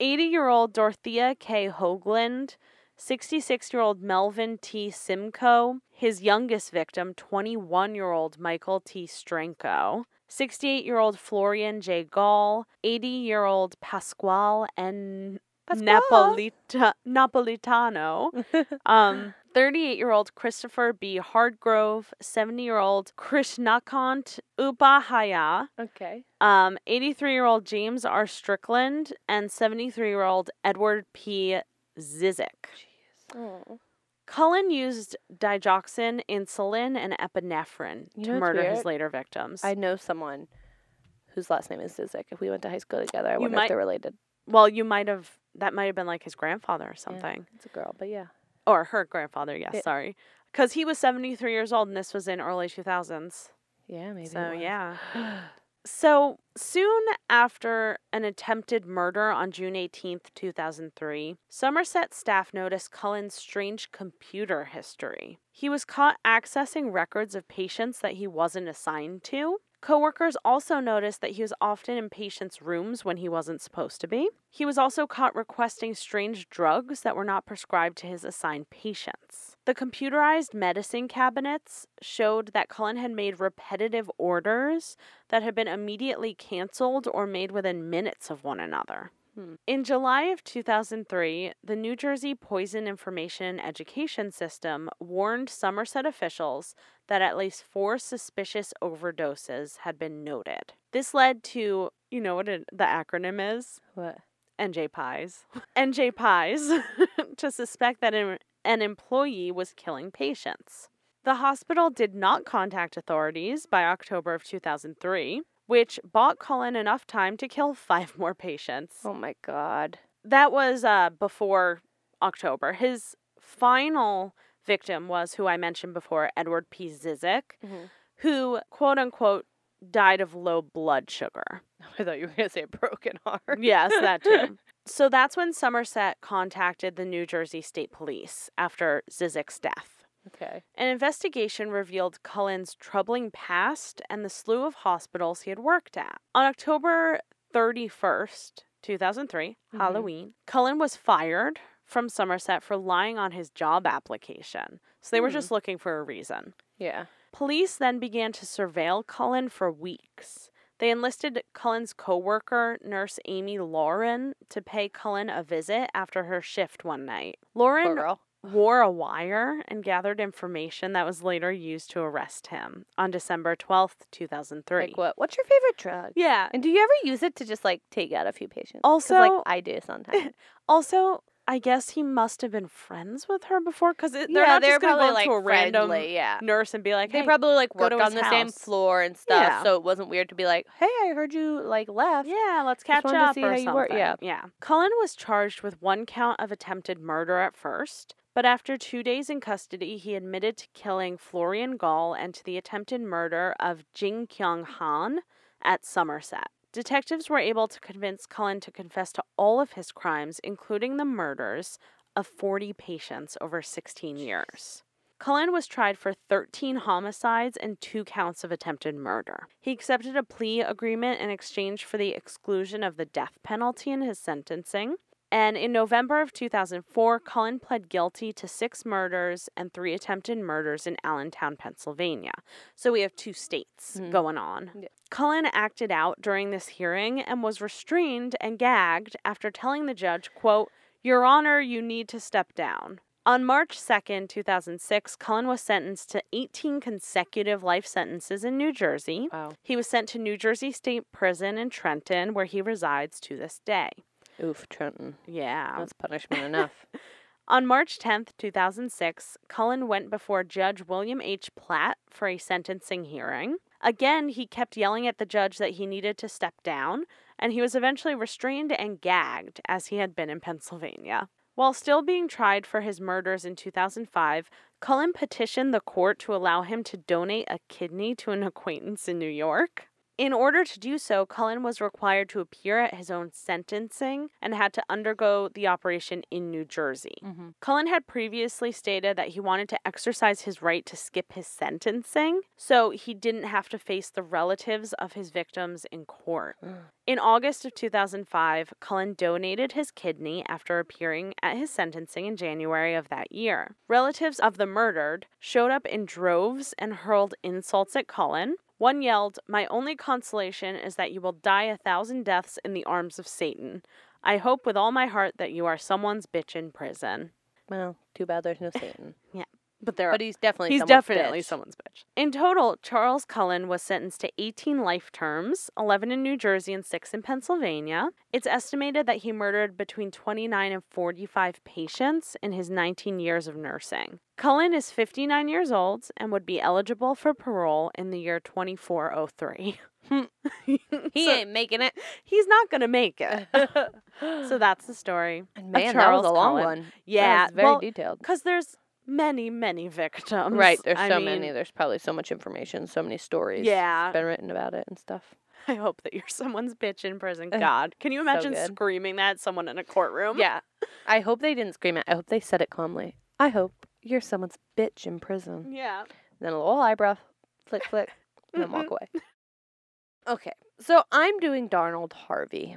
Speaker 6: 80 year old Dorothea K. Hoagland, 66 year old Melvin T. Simcoe, his youngest victim, 21 year old Michael T. Stranko, 68 year old Florian J. Gall, 80 year old Pasquale N.
Speaker 5: Pasquale.
Speaker 6: Napolita- Napolitano, um, 38 year old Christopher B. Hardgrove, 70 year old Krishnakant Upahaya,
Speaker 5: Okay.
Speaker 6: um, 83 year old James R. Strickland and 73 year old Edward P. Zizek.
Speaker 5: Oh.
Speaker 6: Cullen used digoxin, insulin, and epinephrine
Speaker 5: You
Speaker 6: to
Speaker 5: know what's
Speaker 6: murder his
Speaker 5: weird?
Speaker 6: later victims.
Speaker 5: I know someone whose last name is Zizek. If we went to high school together, I wonder
Speaker 6: might-
Speaker 5: if they're related.
Speaker 6: well, you might have, that might have been like his grandfather or
Speaker 5: Yeah,
Speaker 6: something.
Speaker 5: It's a girl, but yeah.
Speaker 6: Or her grandfather, yes,
Speaker 5: Yeah.
Speaker 6: sorry. Because he was 73 years old and this was in early 2000s.
Speaker 5: Yeah, maybe. it
Speaker 6: So,
Speaker 5: was.
Speaker 6: yeah. So soon after an attempted murder on June 18th, 2003, Somerset staff noticed Cullen's strange computer history. He was caught accessing records of patients that he wasn't assigned to. Coworkers also noticed that he was often in patients' rooms when he wasn't supposed to be. He was also caught requesting strange drugs that were not prescribed to his assigned patients. The computerized medicine cabinets showed that Cullen had made repetitive orders that had been immediately canceled or made within minutes of one another. In July of 2003, the New Jersey Poison Information and Education System warned Somerset officials that at least four suspicious overdoses had been noted. This led to, you know what it, the acronym is?
Speaker 5: What?
Speaker 6: NJ Pies, NJ Pies, E to suspect that an, an employee was killing patients. The hospital did not contact authorities by October of 2003, which bought Cullen enough time to kill five more patients.
Speaker 5: Oh my god.
Speaker 6: That was uh, before October. His final victim was who I mentioned before, Edward P. Zizek, who, quote unquote, died of low blood sugar.
Speaker 5: I thought you were gonna say broken heart.
Speaker 6: Yes, that too. so that's when Somerset contacted the New Jersey State Police after Zizek's death.
Speaker 5: Okay.
Speaker 6: An investigation revealed Cullen's troubling past and the slew of hospitals he had worked at. On October 31st, 2003, Halloween, Cullen was fired from Somerset for lying on his job application. So they were just looking for a reason.
Speaker 5: Yeah.
Speaker 6: Police then began to surveil Cullen for weeks. They enlisted Cullen's coworker, nurse Amy Lauren, to pay Cullen a visit after her shift one night. Lauren
Speaker 5: Plural.
Speaker 6: wore a wire and gathered information that was later used to arrest him on December 12th, 2003.
Speaker 5: Like what? What's your favorite drug?
Speaker 6: Yeah.
Speaker 5: And do you ever use it to just like take out a few patients? 'Cause,
Speaker 6: Also-
Speaker 5: like I do sometimes.
Speaker 6: Also, I guess he must have been friends with her before because they're not just going to go up to a random
Speaker 5: friendly, yeah.
Speaker 6: nurse and be like,
Speaker 5: They
Speaker 6: hey,
Speaker 5: probably like
Speaker 6: go to
Speaker 5: worked
Speaker 6: his
Speaker 5: on the same
Speaker 6: house.
Speaker 5: floor and stuff,
Speaker 6: Yeah.
Speaker 5: so it wasn't weird to be like, "Hey, I heard you like left."
Speaker 6: Yeah, let's
Speaker 5: Just
Speaker 6: catch
Speaker 5: wanted to
Speaker 6: up
Speaker 5: see
Speaker 6: or
Speaker 5: how you
Speaker 6: something.
Speaker 5: were- yeah.
Speaker 6: yeah. Cullen was charged with one count of attempted murder at first, but after two days in custody, he admitted to killing Florian Gall and to the attempted murder of Jing Kyung Han at Somerset. Detectives were able to convince Cullen to confess to all of his crimes, including the murders of 40 patients over 16 years. Cullen was tried for 13 homicides and two counts of attempted murder. He accepted a plea agreement in exchange for the exclusion of the death penalty in his sentencing. And in November of 2004, Cullen pled guilty to six murders and three attempted murders in Allentown, Pennsylvania. So we have two states going on. Cullen acted out during this hearing and was restrained and gagged after telling the judge, quote, Your Honor, you need to step down. On March 2nd, 2006, Cullen was sentenced to 18 consecutive life sentences in New Jersey.
Speaker 5: Wow.
Speaker 6: He was sent to New Jersey State Prison in Trenton, where he resides to this day.
Speaker 5: Oof, Trenton.
Speaker 6: Yeah.
Speaker 5: That's punishment enough.
Speaker 6: On March 10th, 2006, Cullen went before Judge William H. Platt for a sentencing hearing. Again, he kept yelling at the judge that he needed to step down, and he was eventually restrained and gagged, as he had been in Pennsylvania. While still being tried for his murders in 2005, Cullen petitioned the court to allow him to donate a kidney to an acquaintance in New York. In order to do so, Cullen was required to appear at his own sentencing and had to undergo the operation in New Jersey. Um, Cullen had previously stated that he wanted to exercise his right to skip his sentencing so he didn't have to face the relatives of his victims in court. In August of 2005, Cullen donated his kidney after appearing at his sentencing in January of that year. Relatives of the murdered showed up in droves and hurled insults at Cullen. One yelled, My only consolation is that you will die a thousand deaths in the arms of Satan. I hope with all my heart that you are someone's bitch in prison.
Speaker 5: Well, too bad there's no Satan.
Speaker 6: Yeah. But there
Speaker 5: But he's definitely
Speaker 6: He's
Speaker 5: someone's
Speaker 6: definitely
Speaker 5: bitch.
Speaker 6: someone's bitch. In total, Charles Cullen was sentenced to 18 life terms, 11 in New Jersey and 6 in Pennsylvania. It's estimated that he murdered between 29 and 45 patients in his 19 years of nursing. Cullen is 59 years old and would be eligible for parole in the year 2403.
Speaker 5: Hmm. He
Speaker 6: So-
Speaker 5: ain't making it.
Speaker 6: He's not going to make it. so that's the story.
Speaker 5: And
Speaker 6: of
Speaker 5: man, that was
Speaker 6: Charles
Speaker 5: a long
Speaker 6: Cullen.
Speaker 5: one.
Speaker 6: Yeah,
Speaker 5: that was very
Speaker 6: well,
Speaker 5: detailed.
Speaker 6: Because there's many, many victims.
Speaker 5: Right, there's
Speaker 6: I
Speaker 5: so
Speaker 6: mean,
Speaker 5: many. There's probably so much information, so many stories.
Speaker 6: Yeah.
Speaker 5: been written about it and stuff.
Speaker 6: I hope that you're someone's bitch in prison. God, can you imagine
Speaker 5: good.
Speaker 6: screaming that at someone in a courtroom?
Speaker 5: Yeah, I hope they didn't scream it. I hope they said it calmly. I hope you're someone's bitch in prison.
Speaker 6: Yeah.
Speaker 5: Then a little eyebrow, flick, flick, and then walk away. Okay, so I'm doing Darnold Harvey,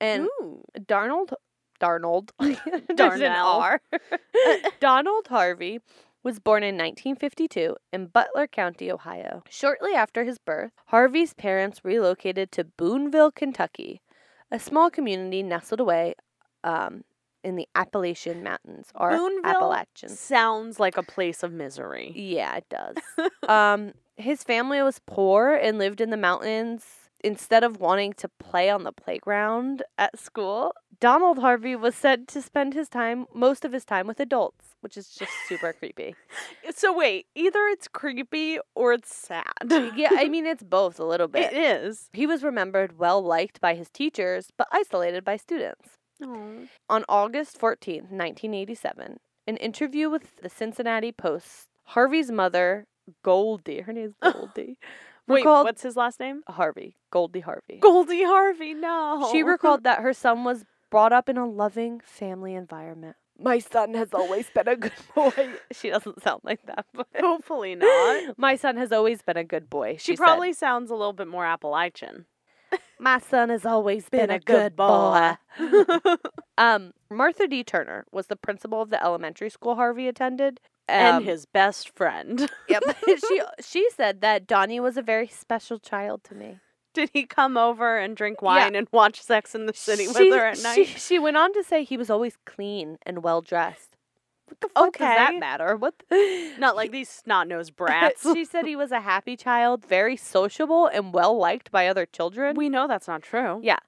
Speaker 5: and
Speaker 6: Ooh.
Speaker 5: Darnold, Darnold, there's an
Speaker 6: Darnell.
Speaker 5: R. Donald Harvey was born in 1952 in Butler County, Ohio. Shortly after his birth, Harvey's parents relocated to Boonville, Kentucky, a small community nestled away um, in the Appalachian Mountains or
Speaker 6: Boonville
Speaker 5: Appalachians.
Speaker 6: Sounds like a place of misery.
Speaker 5: Yeah, it does. um, his family was poor and lived in the mountains. Instead of wanting to play on the playground at school, Donald Harvey was said to spend his time, most of his time, with adults, which is just super creepy.
Speaker 6: So wait, either it's creepy or it's sad.
Speaker 5: Yeah, I mean, it's both a little bit.
Speaker 6: it is.
Speaker 5: He was remembered well liked by his teachers, but isolated by students. On August 14th, 1987, an interview with the Cincinnati Post, Harvey's mother, Goldie, her name's Goldie,
Speaker 6: Wait,
Speaker 5: recalled
Speaker 6: what's his last name?
Speaker 5: Harvey, Goldie Harvey.
Speaker 6: Goldie Harvey. No.
Speaker 5: She recalled that her son was brought up in a loving family environment. My son has always been a good boy. She doesn't sound like that, but
Speaker 6: Hopefully not.
Speaker 5: my son has always been a good boy.
Speaker 6: She,
Speaker 5: She, said.
Speaker 6: probably sounds a little bit more Appalachian.
Speaker 5: My son has always been,
Speaker 6: a
Speaker 5: a
Speaker 6: good
Speaker 5: good boy. um, Martha D. Turner was the principal of the elementary school Harvey attended, um,
Speaker 6: and his best friend.
Speaker 5: Yep. she she said that Donnie was a very special child to me.
Speaker 6: Did he come over and drink wine and watch Sex in the City with her at
Speaker 5: She,
Speaker 6: night?
Speaker 5: she went on to say he was always clean and well dressed. What the fuck does that
Speaker 6: Okay.
Speaker 5: matter? What? The...
Speaker 6: Not like these snot nosed brats.
Speaker 5: she said he was a happy child, very sociable and well liked by other children,
Speaker 6: we know that's not true.
Speaker 5: Yeah.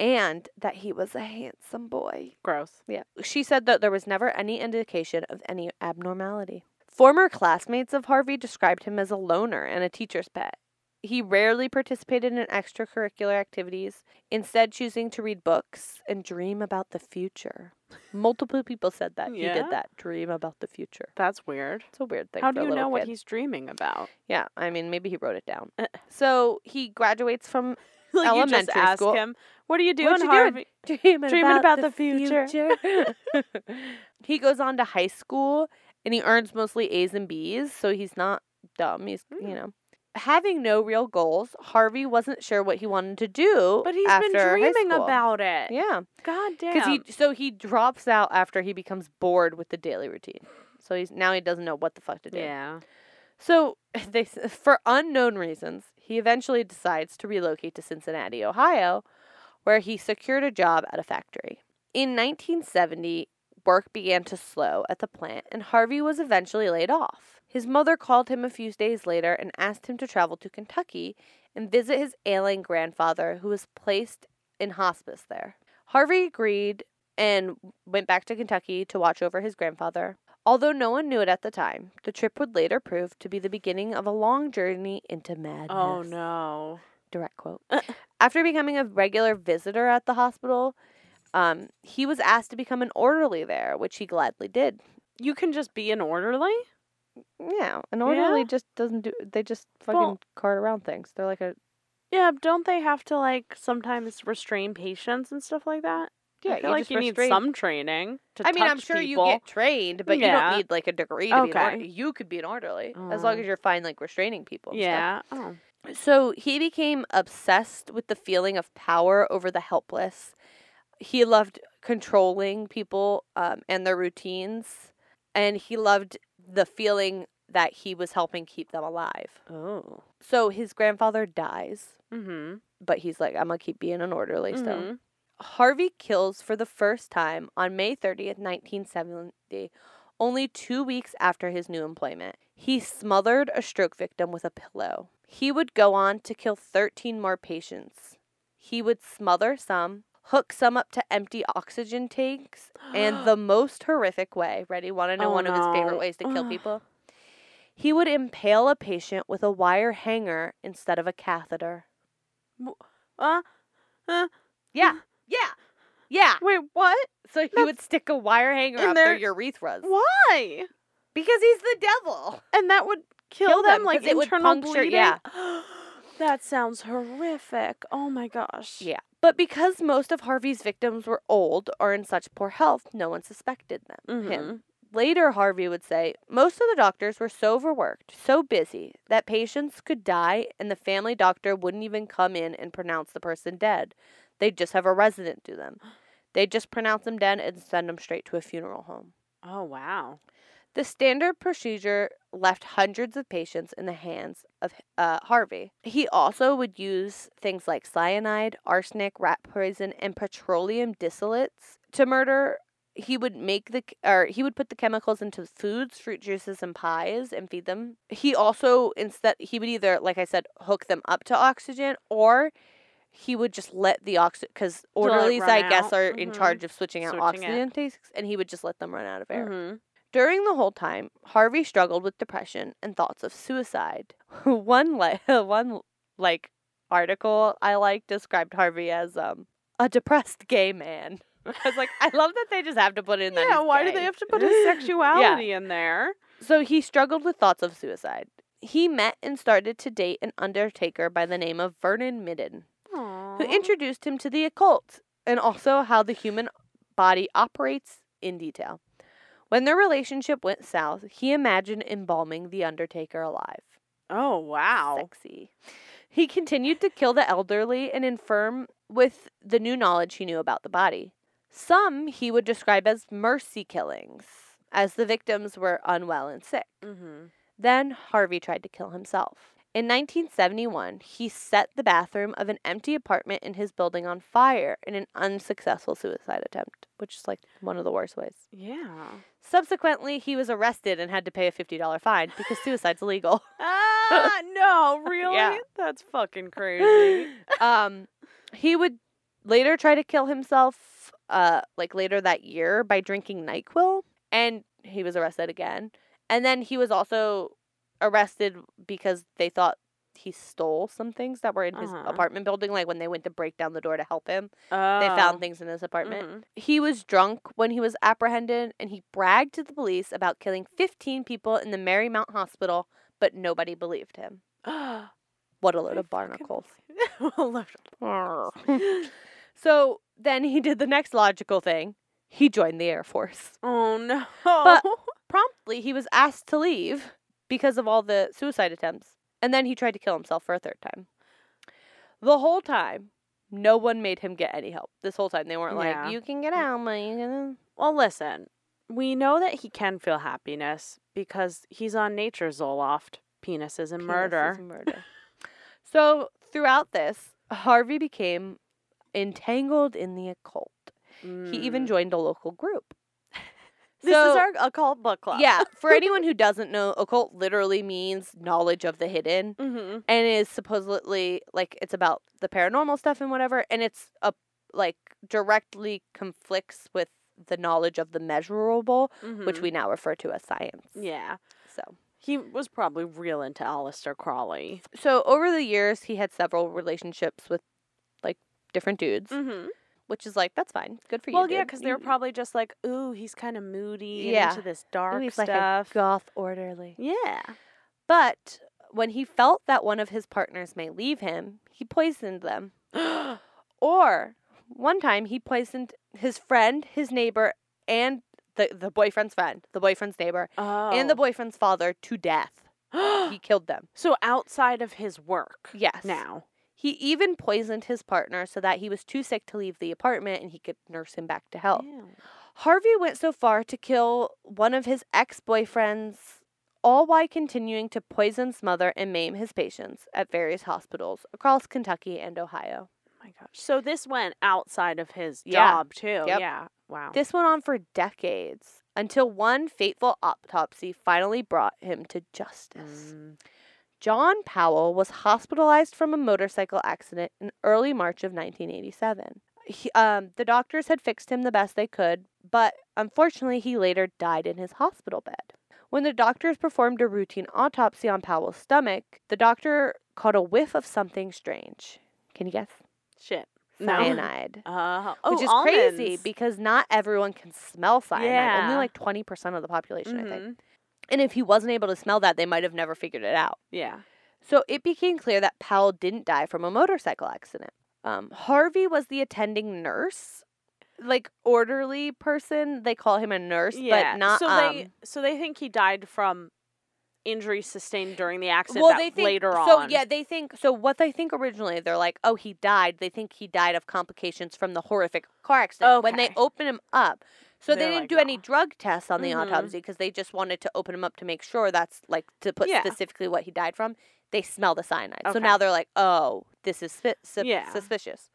Speaker 5: and that he was a handsome boy.
Speaker 6: Gross.
Speaker 5: Yeah. She said that there was never any indication of any abnormality. Former classmates of Harvey described him as a loner and a teacher's pet. He rarely participated in extracurricular activities, instead, choosing to read books and dream about the future. Multiple people said that he
Speaker 6: Yeah?
Speaker 5: did that dream about the future.
Speaker 6: That's weird.
Speaker 5: It's a weird thing.
Speaker 6: How
Speaker 5: for
Speaker 6: do
Speaker 5: a
Speaker 6: you
Speaker 5: little
Speaker 6: know what
Speaker 5: kid.
Speaker 6: he's dreaming about?
Speaker 5: Yeah, I mean, maybe he wrote it down. so he graduates from
Speaker 6: Like
Speaker 5: elementary
Speaker 6: you just ask
Speaker 5: school.
Speaker 6: him, "What are you doing,
Speaker 5: What you
Speaker 6: Harvey?"
Speaker 5: doing? Dreaming,
Speaker 6: Dreaming
Speaker 5: about,
Speaker 6: about
Speaker 5: the,
Speaker 6: the future.
Speaker 5: future. he goes on to high school and he earns mostly A's and B's, so he's not dumb. He's
Speaker 6: Hmm.
Speaker 5: you know. Having no real goals, Harvey wasn't sure what he wanted to do.
Speaker 6: But he's
Speaker 5: after high
Speaker 6: been dreaming
Speaker 5: school.
Speaker 6: about it.
Speaker 5: Yeah,
Speaker 6: God damn.
Speaker 5: because he so he drops out after he becomes bored with the daily routine. So he's now he doesn't know what the fuck to do.
Speaker 6: yeah.
Speaker 5: So they, s- for unknown reasons, he eventually decides to relocate to Cincinnati, Ohio, where he secured a job at a factory. In 1970, work began to slow at the plant, and Harvey was eventually laid off. His mother called him a few days later and asked him to travel to Kentucky and visit his ailing grandfather, who was placed in hospice there. Harvey agreed and went back to Kentucky to watch over his grandfather. Although no one knew it at the time, the trip would later prove to be the beginning of a long journey into madness.
Speaker 6: Oh no.
Speaker 5: Direct quote. After becoming a regular visitor at the hospital, um, he was asked to become an orderly there, which he gladly did.
Speaker 6: You can just be an orderly?
Speaker 5: Yeah, an orderly
Speaker 6: Yeah?
Speaker 5: just doesn't do. They just fucking
Speaker 6: Well-
Speaker 5: cart around things. They're like a
Speaker 6: Yeah, but don't they have to like sometimes restrain patients and stuff like that?
Speaker 5: yeah.
Speaker 6: I feel like
Speaker 5: just
Speaker 6: you need
Speaker 5: restrain-
Speaker 6: some training to
Speaker 5: I mean, I'm
Speaker 6: touch
Speaker 5: sure
Speaker 6: people.
Speaker 5: you get trained, but you
Speaker 6: Yeah.
Speaker 5: don't need like a degree to be an
Speaker 6: Okay.
Speaker 5: orderly. You could be an orderly as long
Speaker 6: Oh.
Speaker 5: as you're fine, like restraining people. and stuff.
Speaker 6: Yeah. Oh.
Speaker 5: So he became obsessed with the feeling of power over the helpless. He loved controlling people um, and their routines, and he loved the feeling that he was helping keep them alive.
Speaker 6: Oh.
Speaker 5: So his grandfather dies,
Speaker 6: Mhm.
Speaker 5: but he's like, I'm gonna keep being an orderly. So
Speaker 6: Mhm.
Speaker 5: Harvey kills for the first time on May 30th, 1970, only two weeks after his new employment. He smothered a stroke victim with a pillow. He would go on to kill 13 more patients. He would smother some, hook some up to empty oxygen tanks, and the most horrific way. Ready? Want to know
Speaker 6: Oh,
Speaker 5: one of his favorite
Speaker 6: no.
Speaker 5: ways to kill
Speaker 6: Ugh.
Speaker 5: people? He would impale a patient with a wire hanger instead of a catheter.
Speaker 6: Uh,
Speaker 5: Yeah, yeah, yeah.
Speaker 6: wait, what?
Speaker 5: So he would stick a wire hanger
Speaker 6: in
Speaker 5: up their
Speaker 6: their-
Speaker 5: urethras.
Speaker 6: Why?
Speaker 5: Because he's the devil.
Speaker 6: And that would kill,
Speaker 5: Kill
Speaker 6: them,
Speaker 5: them,
Speaker 6: like
Speaker 5: 'cause it would
Speaker 6: internal
Speaker 5: puncture-
Speaker 6: bleeding.
Speaker 5: yeah.
Speaker 6: that sounds horrific. Oh my gosh.
Speaker 5: Yeah. But because most of Harvey's victims were old or in such poor health, no one suspected them. Him.
Speaker 6: Mhm.
Speaker 5: Later, Harvey would say most of the doctors were so overworked, so busy, that patients could die and the family doctor wouldn't even come in and pronounce the person dead. They'd just have a resident do them. They'd just pronounce them dead and send them straight to a funeral home.
Speaker 6: Oh wow.
Speaker 5: The standard procedure left hundreds of patients in the hands of uh, Harvey. He also would use things like cyanide, arsenic, rat poison, and petroleum distillates to murder. He would make the or he would put the chemicals into foods, fruit juices, and pies, and feed them. He also instead he would either, like I said, hook them up to oxygen, or he would just let the oxygen because
Speaker 6: it
Speaker 5: orderlies, I
Speaker 6: run
Speaker 5: guess,
Speaker 6: out.
Speaker 5: are in
Speaker 6: Mhm.
Speaker 5: charge of switching out
Speaker 6: Switching it.
Speaker 5: oxygen tanks, and he would just let them run out of air.
Speaker 6: Mhm.
Speaker 5: During the whole time, Harvey struggled with depression and thoughts of suicide. one li- one like article I like described Harvey as um a depressed gay man. I was like, I love that they just have to put in that.
Speaker 6: Yeah.
Speaker 5: he's
Speaker 6: Why do
Speaker 5: gay.
Speaker 6: they have to put his sexuality in there?
Speaker 5: So he struggled with thoughts of suicide. He met and started to date an undertaker by the name of Vernon Midden,
Speaker 6: Aww.
Speaker 5: who introduced him to the occult and also how the human body operates in detail. When their relationship went south, he imagined embalming the Undertaker alive.
Speaker 6: oh wow.
Speaker 5: Sexy. He continued to kill the elderly and infirm with the new knowledge he knew about the body. Some he would describe as mercy killings, as the victims were unwell and sick. Mm-hmm.
Speaker 6: Mhm.
Speaker 5: Then Harvey tried to kill himself. In 1971, he set the bathroom of an empty apartment in his building on fire in an unsuccessful suicide attempt, which is like one of the worst ways.
Speaker 6: Yeah.
Speaker 5: Subsequently, he was arrested and had to pay a $50 fine because suicide's illegal.
Speaker 6: Ah, no, really? That's fucking crazy.
Speaker 5: um, he would later try to kill himself, uh, like later that year by drinking NyQuil, and he was arrested again. And then he was also arrested because they thought he stole some things that were in his
Speaker 6: Uh-huh.
Speaker 5: apartment building. Like when they went to break down the door to help him,
Speaker 6: Oh. Mm-hmm.
Speaker 5: they found things in his apartment. He was drunk when he was apprehended, and he bragged to the police about killing 15 people in the Marymount Hospital, but nobody believed him.
Speaker 6: Mhm.
Speaker 5: What a load
Speaker 6: I
Speaker 5: of barnacles.
Speaker 6: Well, left-
Speaker 5: so then he did the next logical thing. He joined the Air Force.
Speaker 6: oh no.
Speaker 5: Promptly, he was asked to leave because of all the suicide attempts, and then he tried to kill himself for a third time. The whole time, no one made him get any help. This whole time, they weren't
Speaker 6: Yeah. Mm.
Speaker 5: like, "You can get out, but you can."
Speaker 6: well, listen. We know that he can feel happiness because he's on nature Zoloft, penises and murder.
Speaker 5: murder." so throughout this, Harvey became entangled in the occult. He even
Speaker 6: Mm.
Speaker 5: joined a local group.
Speaker 6: This is
Speaker 5: So-
Speaker 6: our occult book club.
Speaker 5: Yeah, for anyone who doesn't know, occult literally means knowledge of the hidden
Speaker 6: Mm-hmm.
Speaker 5: and is supposedly like it's about the paranormal stuff and whatever and it's a like directly conflicts with the knowledge of the measurable, which
Speaker 6: Mhm.
Speaker 5: we now refer to as science.
Speaker 6: Yeah.
Speaker 5: So.
Speaker 6: He was probably real into Aleister Crawley.
Speaker 5: So over the years, he had several relationships with like different dudes,
Speaker 6: Mm-hmm.
Speaker 5: which is like that's fine, good for
Speaker 6: Well,
Speaker 5: you.
Speaker 6: yeah,
Speaker 5: dude.
Speaker 6: because they were probably just like, ooh, he's kind of moody
Speaker 5: Yeah.
Speaker 6: and into this dark
Speaker 5: he's like a
Speaker 6: stuff.
Speaker 5: goth orderly.
Speaker 6: yeah.
Speaker 5: But when he felt that one of his partners may leave him, he poisoned them. or one time he poisoned his friend, his neighbor, and the, the boyfriend's friend, the boyfriend's neighbor,
Speaker 6: Oh.
Speaker 5: and the boyfriend's father to death. he killed them.
Speaker 6: so outside of his work.
Speaker 5: Yes.
Speaker 6: Now.
Speaker 5: He even poisoned his partner so that he was too sick to leave the apartment and he could nurse him back to health.
Speaker 6: oh
Speaker 5: Harvey went so far to kill one of his ex boyfriends, all while continuing to poison, smother, and maim his patients at various hospitals across Kentucky and Ohio.
Speaker 6: my gosh. So this went outside of his
Speaker 5: Yeah.
Speaker 6: job too.
Speaker 5: Yep.
Speaker 6: Yeah. Wow.
Speaker 5: This went on for decades until one fateful autopsy finally brought him to justice.
Speaker 6: Mm.
Speaker 5: John Powell was hospitalized from a motorcycle accident in early March of 1987. He, um, the doctors had fixed him the best they could, but unfortunately, he later died in his hospital bed. When the doctors performed a routine autopsy on Powell's stomach, the doctor caught a whiff of something strange. Can you guess?
Speaker 6: Shit.
Speaker 5: Cyanide.
Speaker 6: Uh,
Speaker 5: Which is crazy because not everyone can smell cyanide. Only
Speaker 6: Yeah. Mm-hmm.
Speaker 5: like 20% of the population, I think. And if he wasn't able to smell that, they might have never figured it out.
Speaker 6: Yeah.
Speaker 5: So it became clear that Powell didn't die from a motorcycle accident. Um, Harvey was the attending nurse, like orderly person. They call him a nurse, but not.
Speaker 6: so
Speaker 5: um,
Speaker 6: they so they think he died from injuries sustained during the accident
Speaker 5: well,
Speaker 6: that
Speaker 5: they think
Speaker 6: later on.
Speaker 5: so. Yeah, they think so. What they think originally, they're like, "Oh, he died." They think he died of complications from the horrific car accident. When they
Speaker 6: Okay.
Speaker 5: open him up, so they
Speaker 6: They're
Speaker 5: didn't
Speaker 6: like,
Speaker 5: do any
Speaker 6: "Oh."
Speaker 5: drug tests on the
Speaker 6: Mhm.
Speaker 5: autopsy because they just wanted to open him up to make sure that's like to put
Speaker 6: Yeah.
Speaker 5: specifically what he died from. They smell the cyanide, so
Speaker 6: Okay.
Speaker 5: now they're like, "Oh, this is spi- sup-
Speaker 6: Yeah.
Speaker 5: suspicious."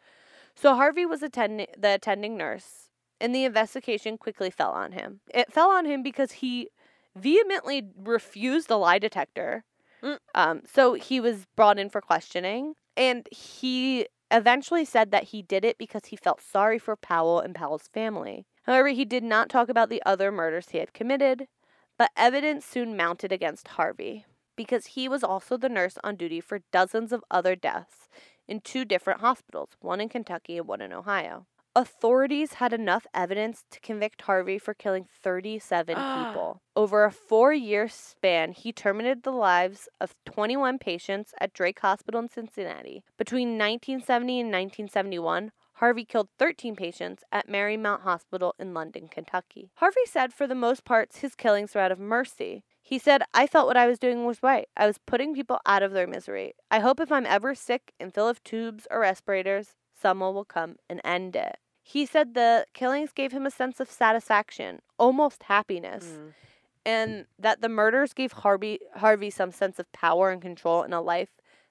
Speaker 5: So Harvey was attending the attending nurse, and the investigation quickly fell on him. It fell on him because he vehemently refused a lie detector.
Speaker 6: Mm.
Speaker 5: Um, so he was brought in for questioning, and he eventually said that he did it because he felt sorry for Powell and Powell's family. However, he did not talk about the other murders he had committed, but evidence soon mounted against Harvey because he was also the nurse on duty for dozens of other deaths in two different hospitals, one in Kentucky and one in Ohio. Authorities had enough evidence to convict Harvey for killing 37 people. Over a four year span, he terminated the lives of 21 patients at Drake Hospital in Cincinnati. Between 1970 and 1971, Harvey killed 13 patients at Marymount Hospital in London, Kentucky. Harvey said for the most parts his killings were out of mercy. He said, I felt what I was doing was right. I was putting people out of their misery. I hope if I'm ever sick and full of tubes or respirators, someone will come and end it. He said the killings gave him a sense of satisfaction, almost happiness,
Speaker 6: Mm.
Speaker 5: and that the murders gave Harvey, Harvey some sense of power and control in a life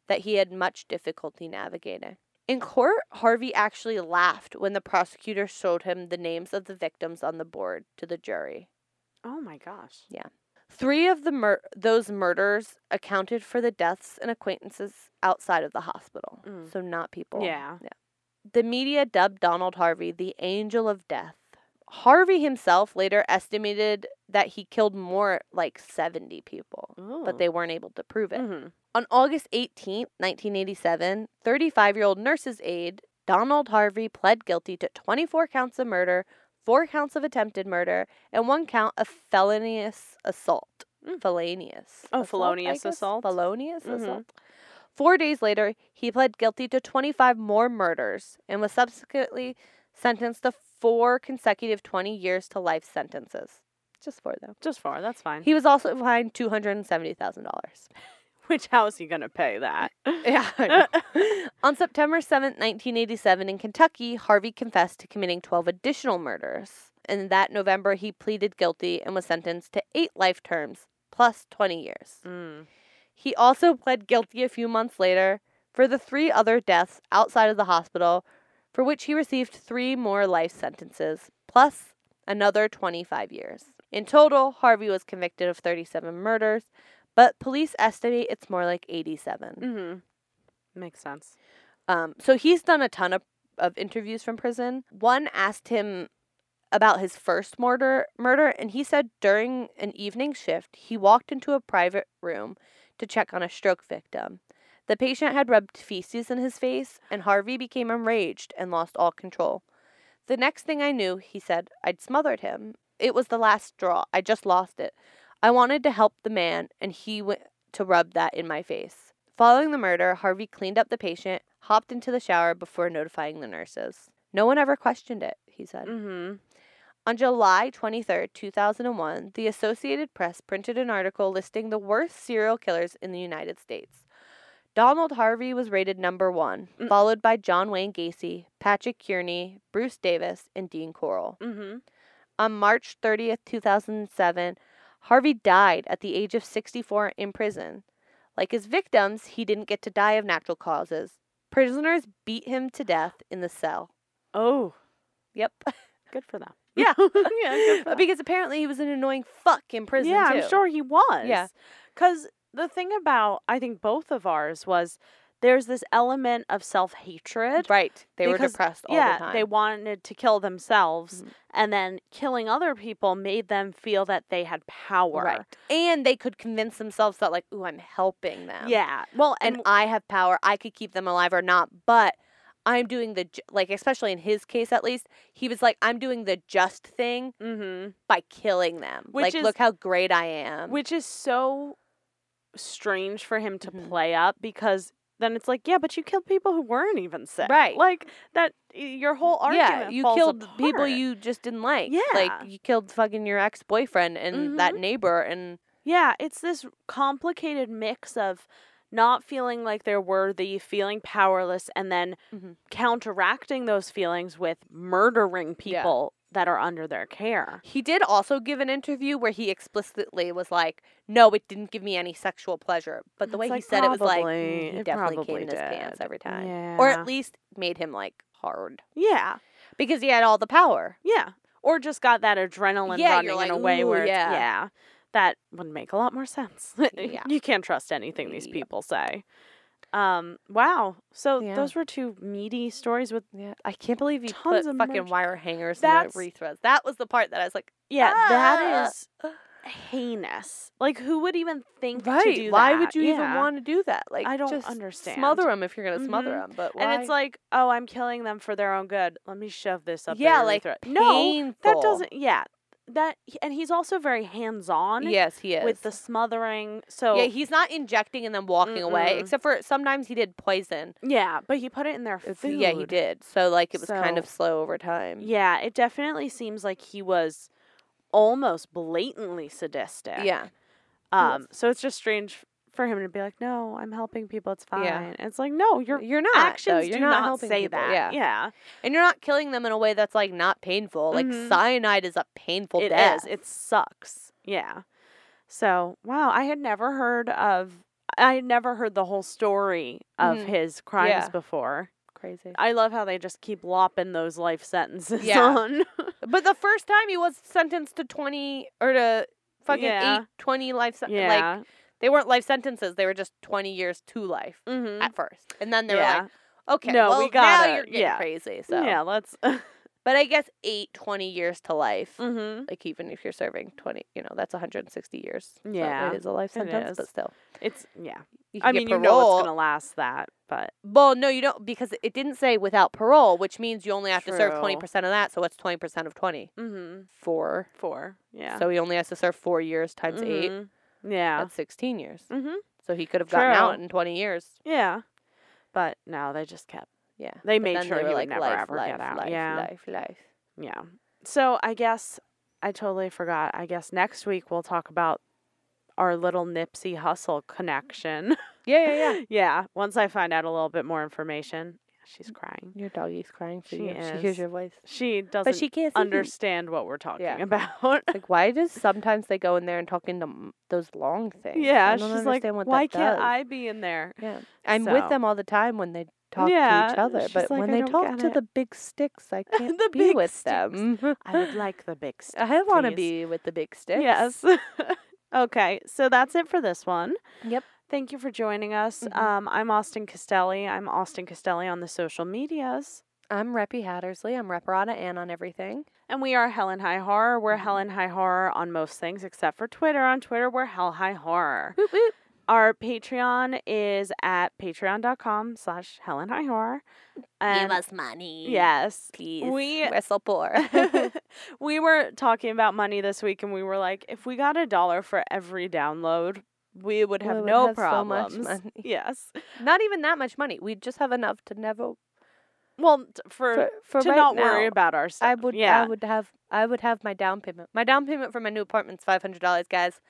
Speaker 5: that he had much difficulty navigating. In court, Harvey actually laughed when the prosecutor showed him the names of the victims on the board to the jury.
Speaker 6: Oh my gosh.
Speaker 5: Three of the mur- those murders accounted for the deaths and acquaintances outside of the hospital,
Speaker 6: Mm.
Speaker 5: so not people.
Speaker 6: Yeah.
Speaker 5: The media dubbed Donald Harvey the angel of death. Harvey himself later estimated that he killed more like 70 people, but they weren't able to prove it.
Speaker 6: Mhm.
Speaker 5: On August 18, 1987, 35 year old nurse's aide Donald Harvey pled guilty to 24 counts of murder, four counts of attempted murder, and one count of felonious assault. Felonious.
Speaker 6: Oh,
Speaker 5: assault, I
Speaker 6: felonious
Speaker 5: guess?
Speaker 6: assault.
Speaker 5: Felonious
Speaker 6: Mhm.
Speaker 5: assault. Four days later, he pled guilty to 25 more murders and was subsequently sentenced to four consecutive 20 years to life sentences. Just four, though.
Speaker 6: Just four. That's fine.
Speaker 5: He was also fined $270,000.
Speaker 6: Which how is he gonna pay that?
Speaker 5: Yeah. I know. On September seventh, 1987, in Kentucky, Harvey confessed to committing 12 additional murders. And that November, he pleaded guilty and was sentenced to eight life terms plus 20 years.
Speaker 6: Mm.
Speaker 5: He also pled guilty a few months later for the three other deaths outside of the hospital, for which he received three more life sentences, plus another 25 years. In total, Harvey was convicted of 37 murders, but police estimate it's more like 87.
Speaker 6: Mm-hmm. Makes sense.
Speaker 5: Um, so he's done a ton of, of interviews from prison. One asked him about his first murder murder and he said during an evening shift he walked into a private room to check on a stroke victim. The patient had rubbed feces in his face and Harvey became enraged and lost all control. The next thing I knew, he said, I'd smothered him. It was the last straw. I just lost it. I wanted to help the man and he went to rub that in my face. Following the murder, Harvey cleaned up the patient, hopped into the shower before notifying the nurses. No one ever questioned it, he said.
Speaker 6: Mm-hmm.
Speaker 5: On July 23, 2001, the Associated Press printed an article listing the worst serial killers in the United States. Donald Harvey was rated number one,
Speaker 6: Mm.
Speaker 5: followed by John Wayne Gacy, Patrick Kearney, Bruce Davis, and Dean Corll.
Speaker 6: Mm-hmm.
Speaker 5: On March 30th, 2007, Harvey died at the age of 64 in prison. Like his victims, he didn't get to die of natural causes. Prisoners beat him to death in the cell.
Speaker 6: Oh,
Speaker 5: Yep.
Speaker 6: good for them.
Speaker 5: Yeah.
Speaker 6: yeah, good for them.
Speaker 5: because apparently he was an annoying fuck in prison.
Speaker 6: yeah,
Speaker 5: too.
Speaker 6: I'm sure he was.
Speaker 5: Yeah.
Speaker 6: Because the thing about, I think, both of ours was there's this element of self hatred.
Speaker 5: Right. They were
Speaker 6: Because-
Speaker 5: depressed all
Speaker 6: yeah,
Speaker 5: the time.
Speaker 6: they wanted to kill themselves,
Speaker 5: Mhm.
Speaker 6: and then killing other people made them feel that they had power.
Speaker 5: Right. And they could convince themselves that like, ooh, I'm helping them.
Speaker 6: Yeah. Well,
Speaker 5: And
Speaker 6: and
Speaker 5: I have power. I could keep them alive or not, but I'm doing the ju- like especially in his case at least, he was like I'm doing the just thing
Speaker 6: mhm.
Speaker 5: by killing them.
Speaker 6: Which
Speaker 5: like
Speaker 6: is-
Speaker 5: look how great I am.
Speaker 6: which is so strange for him to
Speaker 5: Mhm.
Speaker 6: play up because then it's like, yeah, but you killed people who weren't even sick.
Speaker 5: Right.
Speaker 6: Like that. y- Your whole argument.
Speaker 5: yeah, you
Speaker 6: falls
Speaker 5: killed people
Speaker 6: apart.
Speaker 5: you just didn't like. Like
Speaker 6: Yeah. Mm-hmm.
Speaker 5: you killed fucking your ex boyfriend and that neighbor and
Speaker 6: Yeah, it's this complicated mix of not feeling like they're worthy, feeling powerless, and then
Speaker 5: Mhm.
Speaker 6: counteracting those feelings with murdering
Speaker 5: Yeah.
Speaker 6: people that are under their care.
Speaker 5: He did also give an interview where he explicitly was like, "No, it didn't give me any sexual pleasure." But the
Speaker 6: It's
Speaker 5: way he
Speaker 6: like,
Speaker 5: said it was like,
Speaker 6: probably-
Speaker 5: mm, he
Speaker 6: it
Speaker 5: definitely came
Speaker 6: probably
Speaker 5: in his pants
Speaker 6: did.
Speaker 5: every time,
Speaker 6: Yeah.
Speaker 5: or at least made him like hard
Speaker 6: yeah,
Speaker 5: because he had all the power.
Speaker 6: yeah, or just got that adrenaline
Speaker 5: Yeah,
Speaker 6: running
Speaker 5: you're
Speaker 6: in a
Speaker 5: like,
Speaker 6: way
Speaker 5: "Ooh,
Speaker 6: where it's-
Speaker 5: yeah."
Speaker 6: yeah, that would make a lot more sense.
Speaker 5: Yeah.
Speaker 6: you can't trust anything these
Speaker 5: Yep.
Speaker 6: people say. Um, wow. So
Speaker 5: Yeah.
Speaker 6: those were two meaty stories with
Speaker 5: Yeah, I can't believe he
Speaker 6: Tons
Speaker 5: put
Speaker 6: of
Speaker 5: fucking
Speaker 6: merch.
Speaker 5: wire hangers
Speaker 6: That's-
Speaker 5: in the rethreads. That was the part that I was like,
Speaker 6: Yeah,
Speaker 5: Ah.
Speaker 6: that is heinous. Like, who would even think to do
Speaker 5: why
Speaker 6: that?
Speaker 5: would you even
Speaker 6: Yeah.
Speaker 5: want to do that? Like,
Speaker 6: I don't
Speaker 5: just
Speaker 6: understand.
Speaker 5: Smother them if you're gonna smother
Speaker 6: Mhm.
Speaker 5: them, but why?
Speaker 6: And it's like, oh, I'm killing them for their own good. Let me shove this up.
Speaker 5: yeah,
Speaker 6: their
Speaker 5: like
Speaker 6: throat. no,
Speaker 5: painful.
Speaker 6: that doesn't. Yeah, that and he's also very hands on.
Speaker 5: Yes, he is
Speaker 6: with the smothering. So
Speaker 5: Yeah, he's not injecting and then walking away.
Speaker 6: Mm-mm.
Speaker 5: Except for sometimes he did poison.
Speaker 6: yeah, but he put it in their
Speaker 5: It's-
Speaker 6: food.
Speaker 5: Yeah, he did. So like it was kind of
Speaker 6: So-
Speaker 5: slow over time.
Speaker 6: Yeah, it definitely seems like he was almost blatantly sadistic.
Speaker 5: Yeah.
Speaker 6: Um. So it's just strange f- for him to be like, no, I'm helping people. It's fine.
Speaker 5: Yeah.
Speaker 6: It's like, no, you're
Speaker 5: You're not.
Speaker 6: actions
Speaker 5: though. You're
Speaker 6: do
Speaker 5: not,
Speaker 6: not,
Speaker 5: helping
Speaker 6: say
Speaker 5: people.
Speaker 6: that.
Speaker 5: Yeah.
Speaker 6: yeah.
Speaker 5: And you're not killing them in a way that's like not painful. Like
Speaker 6: Mhm.
Speaker 5: cyanide is a painful
Speaker 6: It is.
Speaker 5: death.
Speaker 6: It sucks. Yeah. So wow, I had never heard of. I had never heard the whole story of
Speaker 5: Mhm.
Speaker 6: his crimes
Speaker 5: Yeah.
Speaker 6: before.
Speaker 5: crazy.
Speaker 6: I love how they just keep lopping those life sentences
Speaker 5: Yeah.
Speaker 6: on.
Speaker 5: But the first time he was sentenced to 20 or to fucking
Speaker 6: Yeah.
Speaker 5: eight, 20 life sentences.
Speaker 6: yeah.
Speaker 5: Like they weren't life sentences. They were just 20 years to life
Speaker 6: mm-hmm.
Speaker 5: at first. And then they
Speaker 6: yeah.
Speaker 5: were like, okay,
Speaker 6: No, we
Speaker 5: well,
Speaker 6: gotta-
Speaker 5: now you're getting
Speaker 6: yeah.
Speaker 5: crazy. So.
Speaker 6: Yeah. Let's.
Speaker 5: But I guess eight, 20 years to life.
Speaker 6: hmm
Speaker 5: like even if you're serving 20 you know that's 160 years So
Speaker 6: Yeah,
Speaker 5: it is a life
Speaker 6: it
Speaker 5: sentence but
Speaker 6: is.
Speaker 5: still
Speaker 6: It's yeah.
Speaker 5: you
Speaker 6: I
Speaker 5: can
Speaker 6: mean,
Speaker 5: get
Speaker 6: you know
Speaker 5: parole
Speaker 6: it's gonna last that, but
Speaker 5: well no you don't because it didn't say without parole which means you only have to serve
Speaker 6: True.
Speaker 5: 20% of that so what's 20% of 20
Speaker 6: mm-hmm.
Speaker 5: four
Speaker 6: four. Yeah.
Speaker 5: so he only has to serve four years times eight
Speaker 6: Mhm. Yeah.
Speaker 5: that's 16 years
Speaker 6: Mm-hmm.
Speaker 5: so he could have gotten out
Speaker 6: True.
Speaker 5: in 20 years
Speaker 6: Yeah. But no, they just kept.
Speaker 5: yeah
Speaker 6: They
Speaker 5: But
Speaker 6: made
Speaker 5: then
Speaker 6: sure
Speaker 5: they were
Speaker 6: he
Speaker 5: like
Speaker 6: would never
Speaker 5: life,
Speaker 6: ever
Speaker 5: life,
Speaker 6: get out.
Speaker 5: life,
Speaker 6: yeah.
Speaker 5: life life
Speaker 6: Yeah. So I guess I totally forgot. I guess next week we'll talk about our little Nipsey Hustle connection.
Speaker 5: yeah yeah yeah
Speaker 6: yeah. Once I find out a little bit more information, she's crying.
Speaker 5: your doggy's crying for
Speaker 6: She
Speaker 5: you she
Speaker 6: is.
Speaker 5: hears your voice
Speaker 6: She doesn't
Speaker 5: but she can't see you.
Speaker 6: understand what we're talking
Speaker 5: Yeah.
Speaker 6: about.
Speaker 5: Like, why does sometimes they go in there and talk into m- those long things?
Speaker 6: yeah.
Speaker 5: I don't
Speaker 6: She's like,
Speaker 5: understand what
Speaker 6: why
Speaker 5: that
Speaker 6: can't
Speaker 5: does."
Speaker 6: I be in there?
Speaker 5: Yeah, I'm with
Speaker 6: So-
Speaker 5: them all the time when they talk to
Speaker 6: Yeah,
Speaker 5: each other,
Speaker 6: she's
Speaker 5: but
Speaker 6: like,
Speaker 5: when
Speaker 6: "I
Speaker 5: they
Speaker 6: don't
Speaker 5: talk
Speaker 6: get
Speaker 5: to
Speaker 6: it."
Speaker 5: the big sticks, I can't
Speaker 6: The
Speaker 5: be
Speaker 6: big
Speaker 5: with
Speaker 6: sticks.
Speaker 5: them. Mm-hmm.
Speaker 6: I would like the big stick.
Speaker 5: I want to
Speaker 6: please.
Speaker 5: be with the big sticks.
Speaker 6: Uh, Yes. okay, so that's it for this one.
Speaker 5: Yep.
Speaker 6: Thank you for joining us.
Speaker 5: Mhm.
Speaker 6: Um, I'm Austin Castelli. I'm Austin Castelli on the social medias.
Speaker 5: I'm Reppy Hattersley. I'm Reparata Ann on everything.
Speaker 6: And we are Helen High Horror. We're
Speaker 5: Mm-hmm.
Speaker 6: Helen High Horror on most things except for Twitter. On Twitter, we're Hell High Horror. Our Patreon is at patreon.com slash Helen High Horror. And
Speaker 5: money.
Speaker 6: yes.
Speaker 5: Please.
Speaker 6: We-
Speaker 5: We're so poor.
Speaker 6: we were talking about money this week and we were like, if we got a dollar for every download, we would have
Speaker 5: would
Speaker 6: no
Speaker 5: have so much
Speaker 6: problems.
Speaker 5: money.
Speaker 6: Yes.
Speaker 5: Not even that much money. We just have enough to never
Speaker 6: Well, t- for,
Speaker 5: for, for
Speaker 6: to
Speaker 5: right
Speaker 6: not
Speaker 5: now,
Speaker 6: worry about ourselves.
Speaker 5: I would
Speaker 6: yeah.
Speaker 5: I would have I would have my down payment. My down payment for my new apartment's five hundred dollars, guys.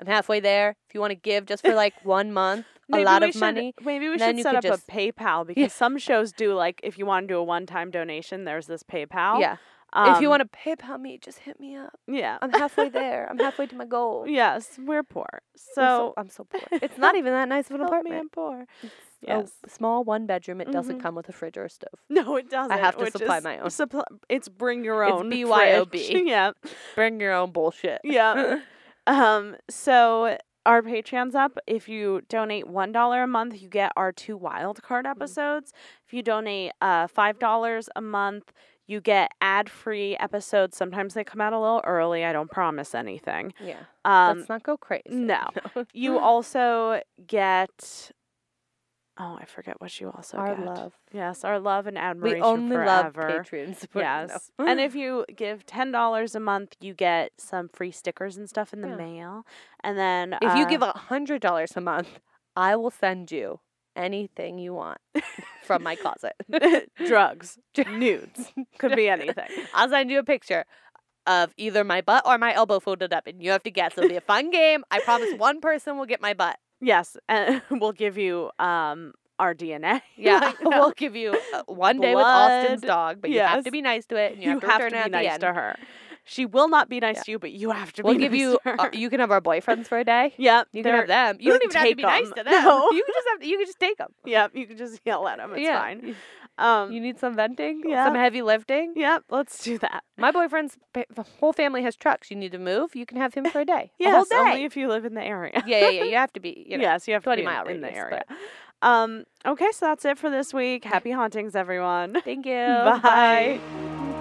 Speaker 5: I'm halfway there. If you want to give just for like one month, a
Speaker 6: Maybe
Speaker 5: lot
Speaker 6: we
Speaker 5: of
Speaker 6: should-
Speaker 5: money.
Speaker 6: Maybe we
Speaker 5: then
Speaker 6: should
Speaker 5: you
Speaker 6: set up
Speaker 5: could just-
Speaker 6: a PayPal because some shows do like if you want to do a one-time donation, there's this PayPal.
Speaker 5: Yeah. if you
Speaker 6: Um,
Speaker 5: want to PayPal me, just hit me up.
Speaker 6: yeah,
Speaker 5: I'm halfway there. I'm halfway to my goal.
Speaker 6: yes, we're poor,
Speaker 5: I'm
Speaker 6: so
Speaker 5: I'm so poor. It's not even that nice of an
Speaker 6: help me,
Speaker 5: apartment.
Speaker 6: I'm poor.
Speaker 5: A
Speaker 6: Yes,
Speaker 5: small one bedroom. It doesn't
Speaker 6: Mhm.
Speaker 5: come with a fridge or a stove.
Speaker 6: no, it doesn't.
Speaker 5: have to
Speaker 6: which
Speaker 5: supply
Speaker 6: is
Speaker 5: my own.
Speaker 6: Supply, it's bring your
Speaker 5: It's
Speaker 6: own.
Speaker 5: BYOB.
Speaker 6: fridge. yeah,
Speaker 5: Bring your own bullshit.
Speaker 6: yeah. um, so our Patreon's up. If you donate one dollar a month, you get our two wild card
Speaker 5: Mm-hmm.
Speaker 6: episodes. If you donate uh five dollars a month, you get ad free episodes. Sometimes they come out a little early. I don't promise anything.
Speaker 5: Yeah.
Speaker 6: Um,
Speaker 5: Let's not go crazy.
Speaker 6: no. you also get. Oh, I forget what you also
Speaker 5: Our
Speaker 6: get.
Speaker 5: love.
Speaker 6: Yes, our love and admiration
Speaker 5: We only
Speaker 6: forever.
Speaker 5: love Patreon support. No.
Speaker 6: Yes. and if you give ten dollars a month, you get some free stickers and stuff in the
Speaker 5: Yeah.
Speaker 6: mail. And then
Speaker 5: If you give
Speaker 6: uh,
Speaker 5: a hundred dollars a month, I will send you anything you want from my closet.
Speaker 6: drugs, nudes, could be anything.
Speaker 5: I'll send you a picture of either my butt or my elbow folded up, and you have to guess. It'll be a fun game. I promise one person will get my butt.
Speaker 6: Yes, and we'll give you um our DNA.
Speaker 5: Yeah,
Speaker 6: Like, no.
Speaker 5: we'll give you uh, one day with Austin's
Speaker 6: Blood.
Speaker 5: dog, but you have to
Speaker 6: Yes.
Speaker 5: be nice to it, and you,
Speaker 6: you
Speaker 5: to
Speaker 6: have to be
Speaker 5: return it at the
Speaker 6: nice
Speaker 5: end.
Speaker 6: to her. She will not be nice
Speaker 5: Yeah.
Speaker 6: to you, but you have to
Speaker 5: We'll
Speaker 6: be
Speaker 5: give
Speaker 6: nice
Speaker 5: you.
Speaker 6: to her.
Speaker 5: Uh, you can have our boyfriends for a day.
Speaker 6: Yep,
Speaker 5: You can have
Speaker 6: they're-
Speaker 5: them. You don't
Speaker 6: they're-
Speaker 5: even have to be
Speaker 6: take
Speaker 5: nice
Speaker 6: 'em.
Speaker 5: to them.
Speaker 6: No.
Speaker 5: You just have. To, you can just take them.
Speaker 6: Yep, you can just yell at them. It's
Speaker 5: yeah.
Speaker 6: fine. Um,
Speaker 5: You need some venting,
Speaker 6: Yeah.
Speaker 5: some heavy lifting.
Speaker 6: yep, let's do that.
Speaker 5: My boyfriend's pa- the whole family has trucks. You need to move. You can have him for a day. a whole
Speaker 6: Yes,
Speaker 5: day.
Speaker 6: only if you live in the area.
Speaker 5: yeah, yeah, yeah. You have to be. You know.
Speaker 6: yes, you have to
Speaker 5: 20
Speaker 6: be in-
Speaker 5: mile
Speaker 6: in the
Speaker 5: radius,
Speaker 6: area. Um, okay, so that's it for this week. Happy hauntings, everyone.
Speaker 5: Thank you.
Speaker 6: Bye.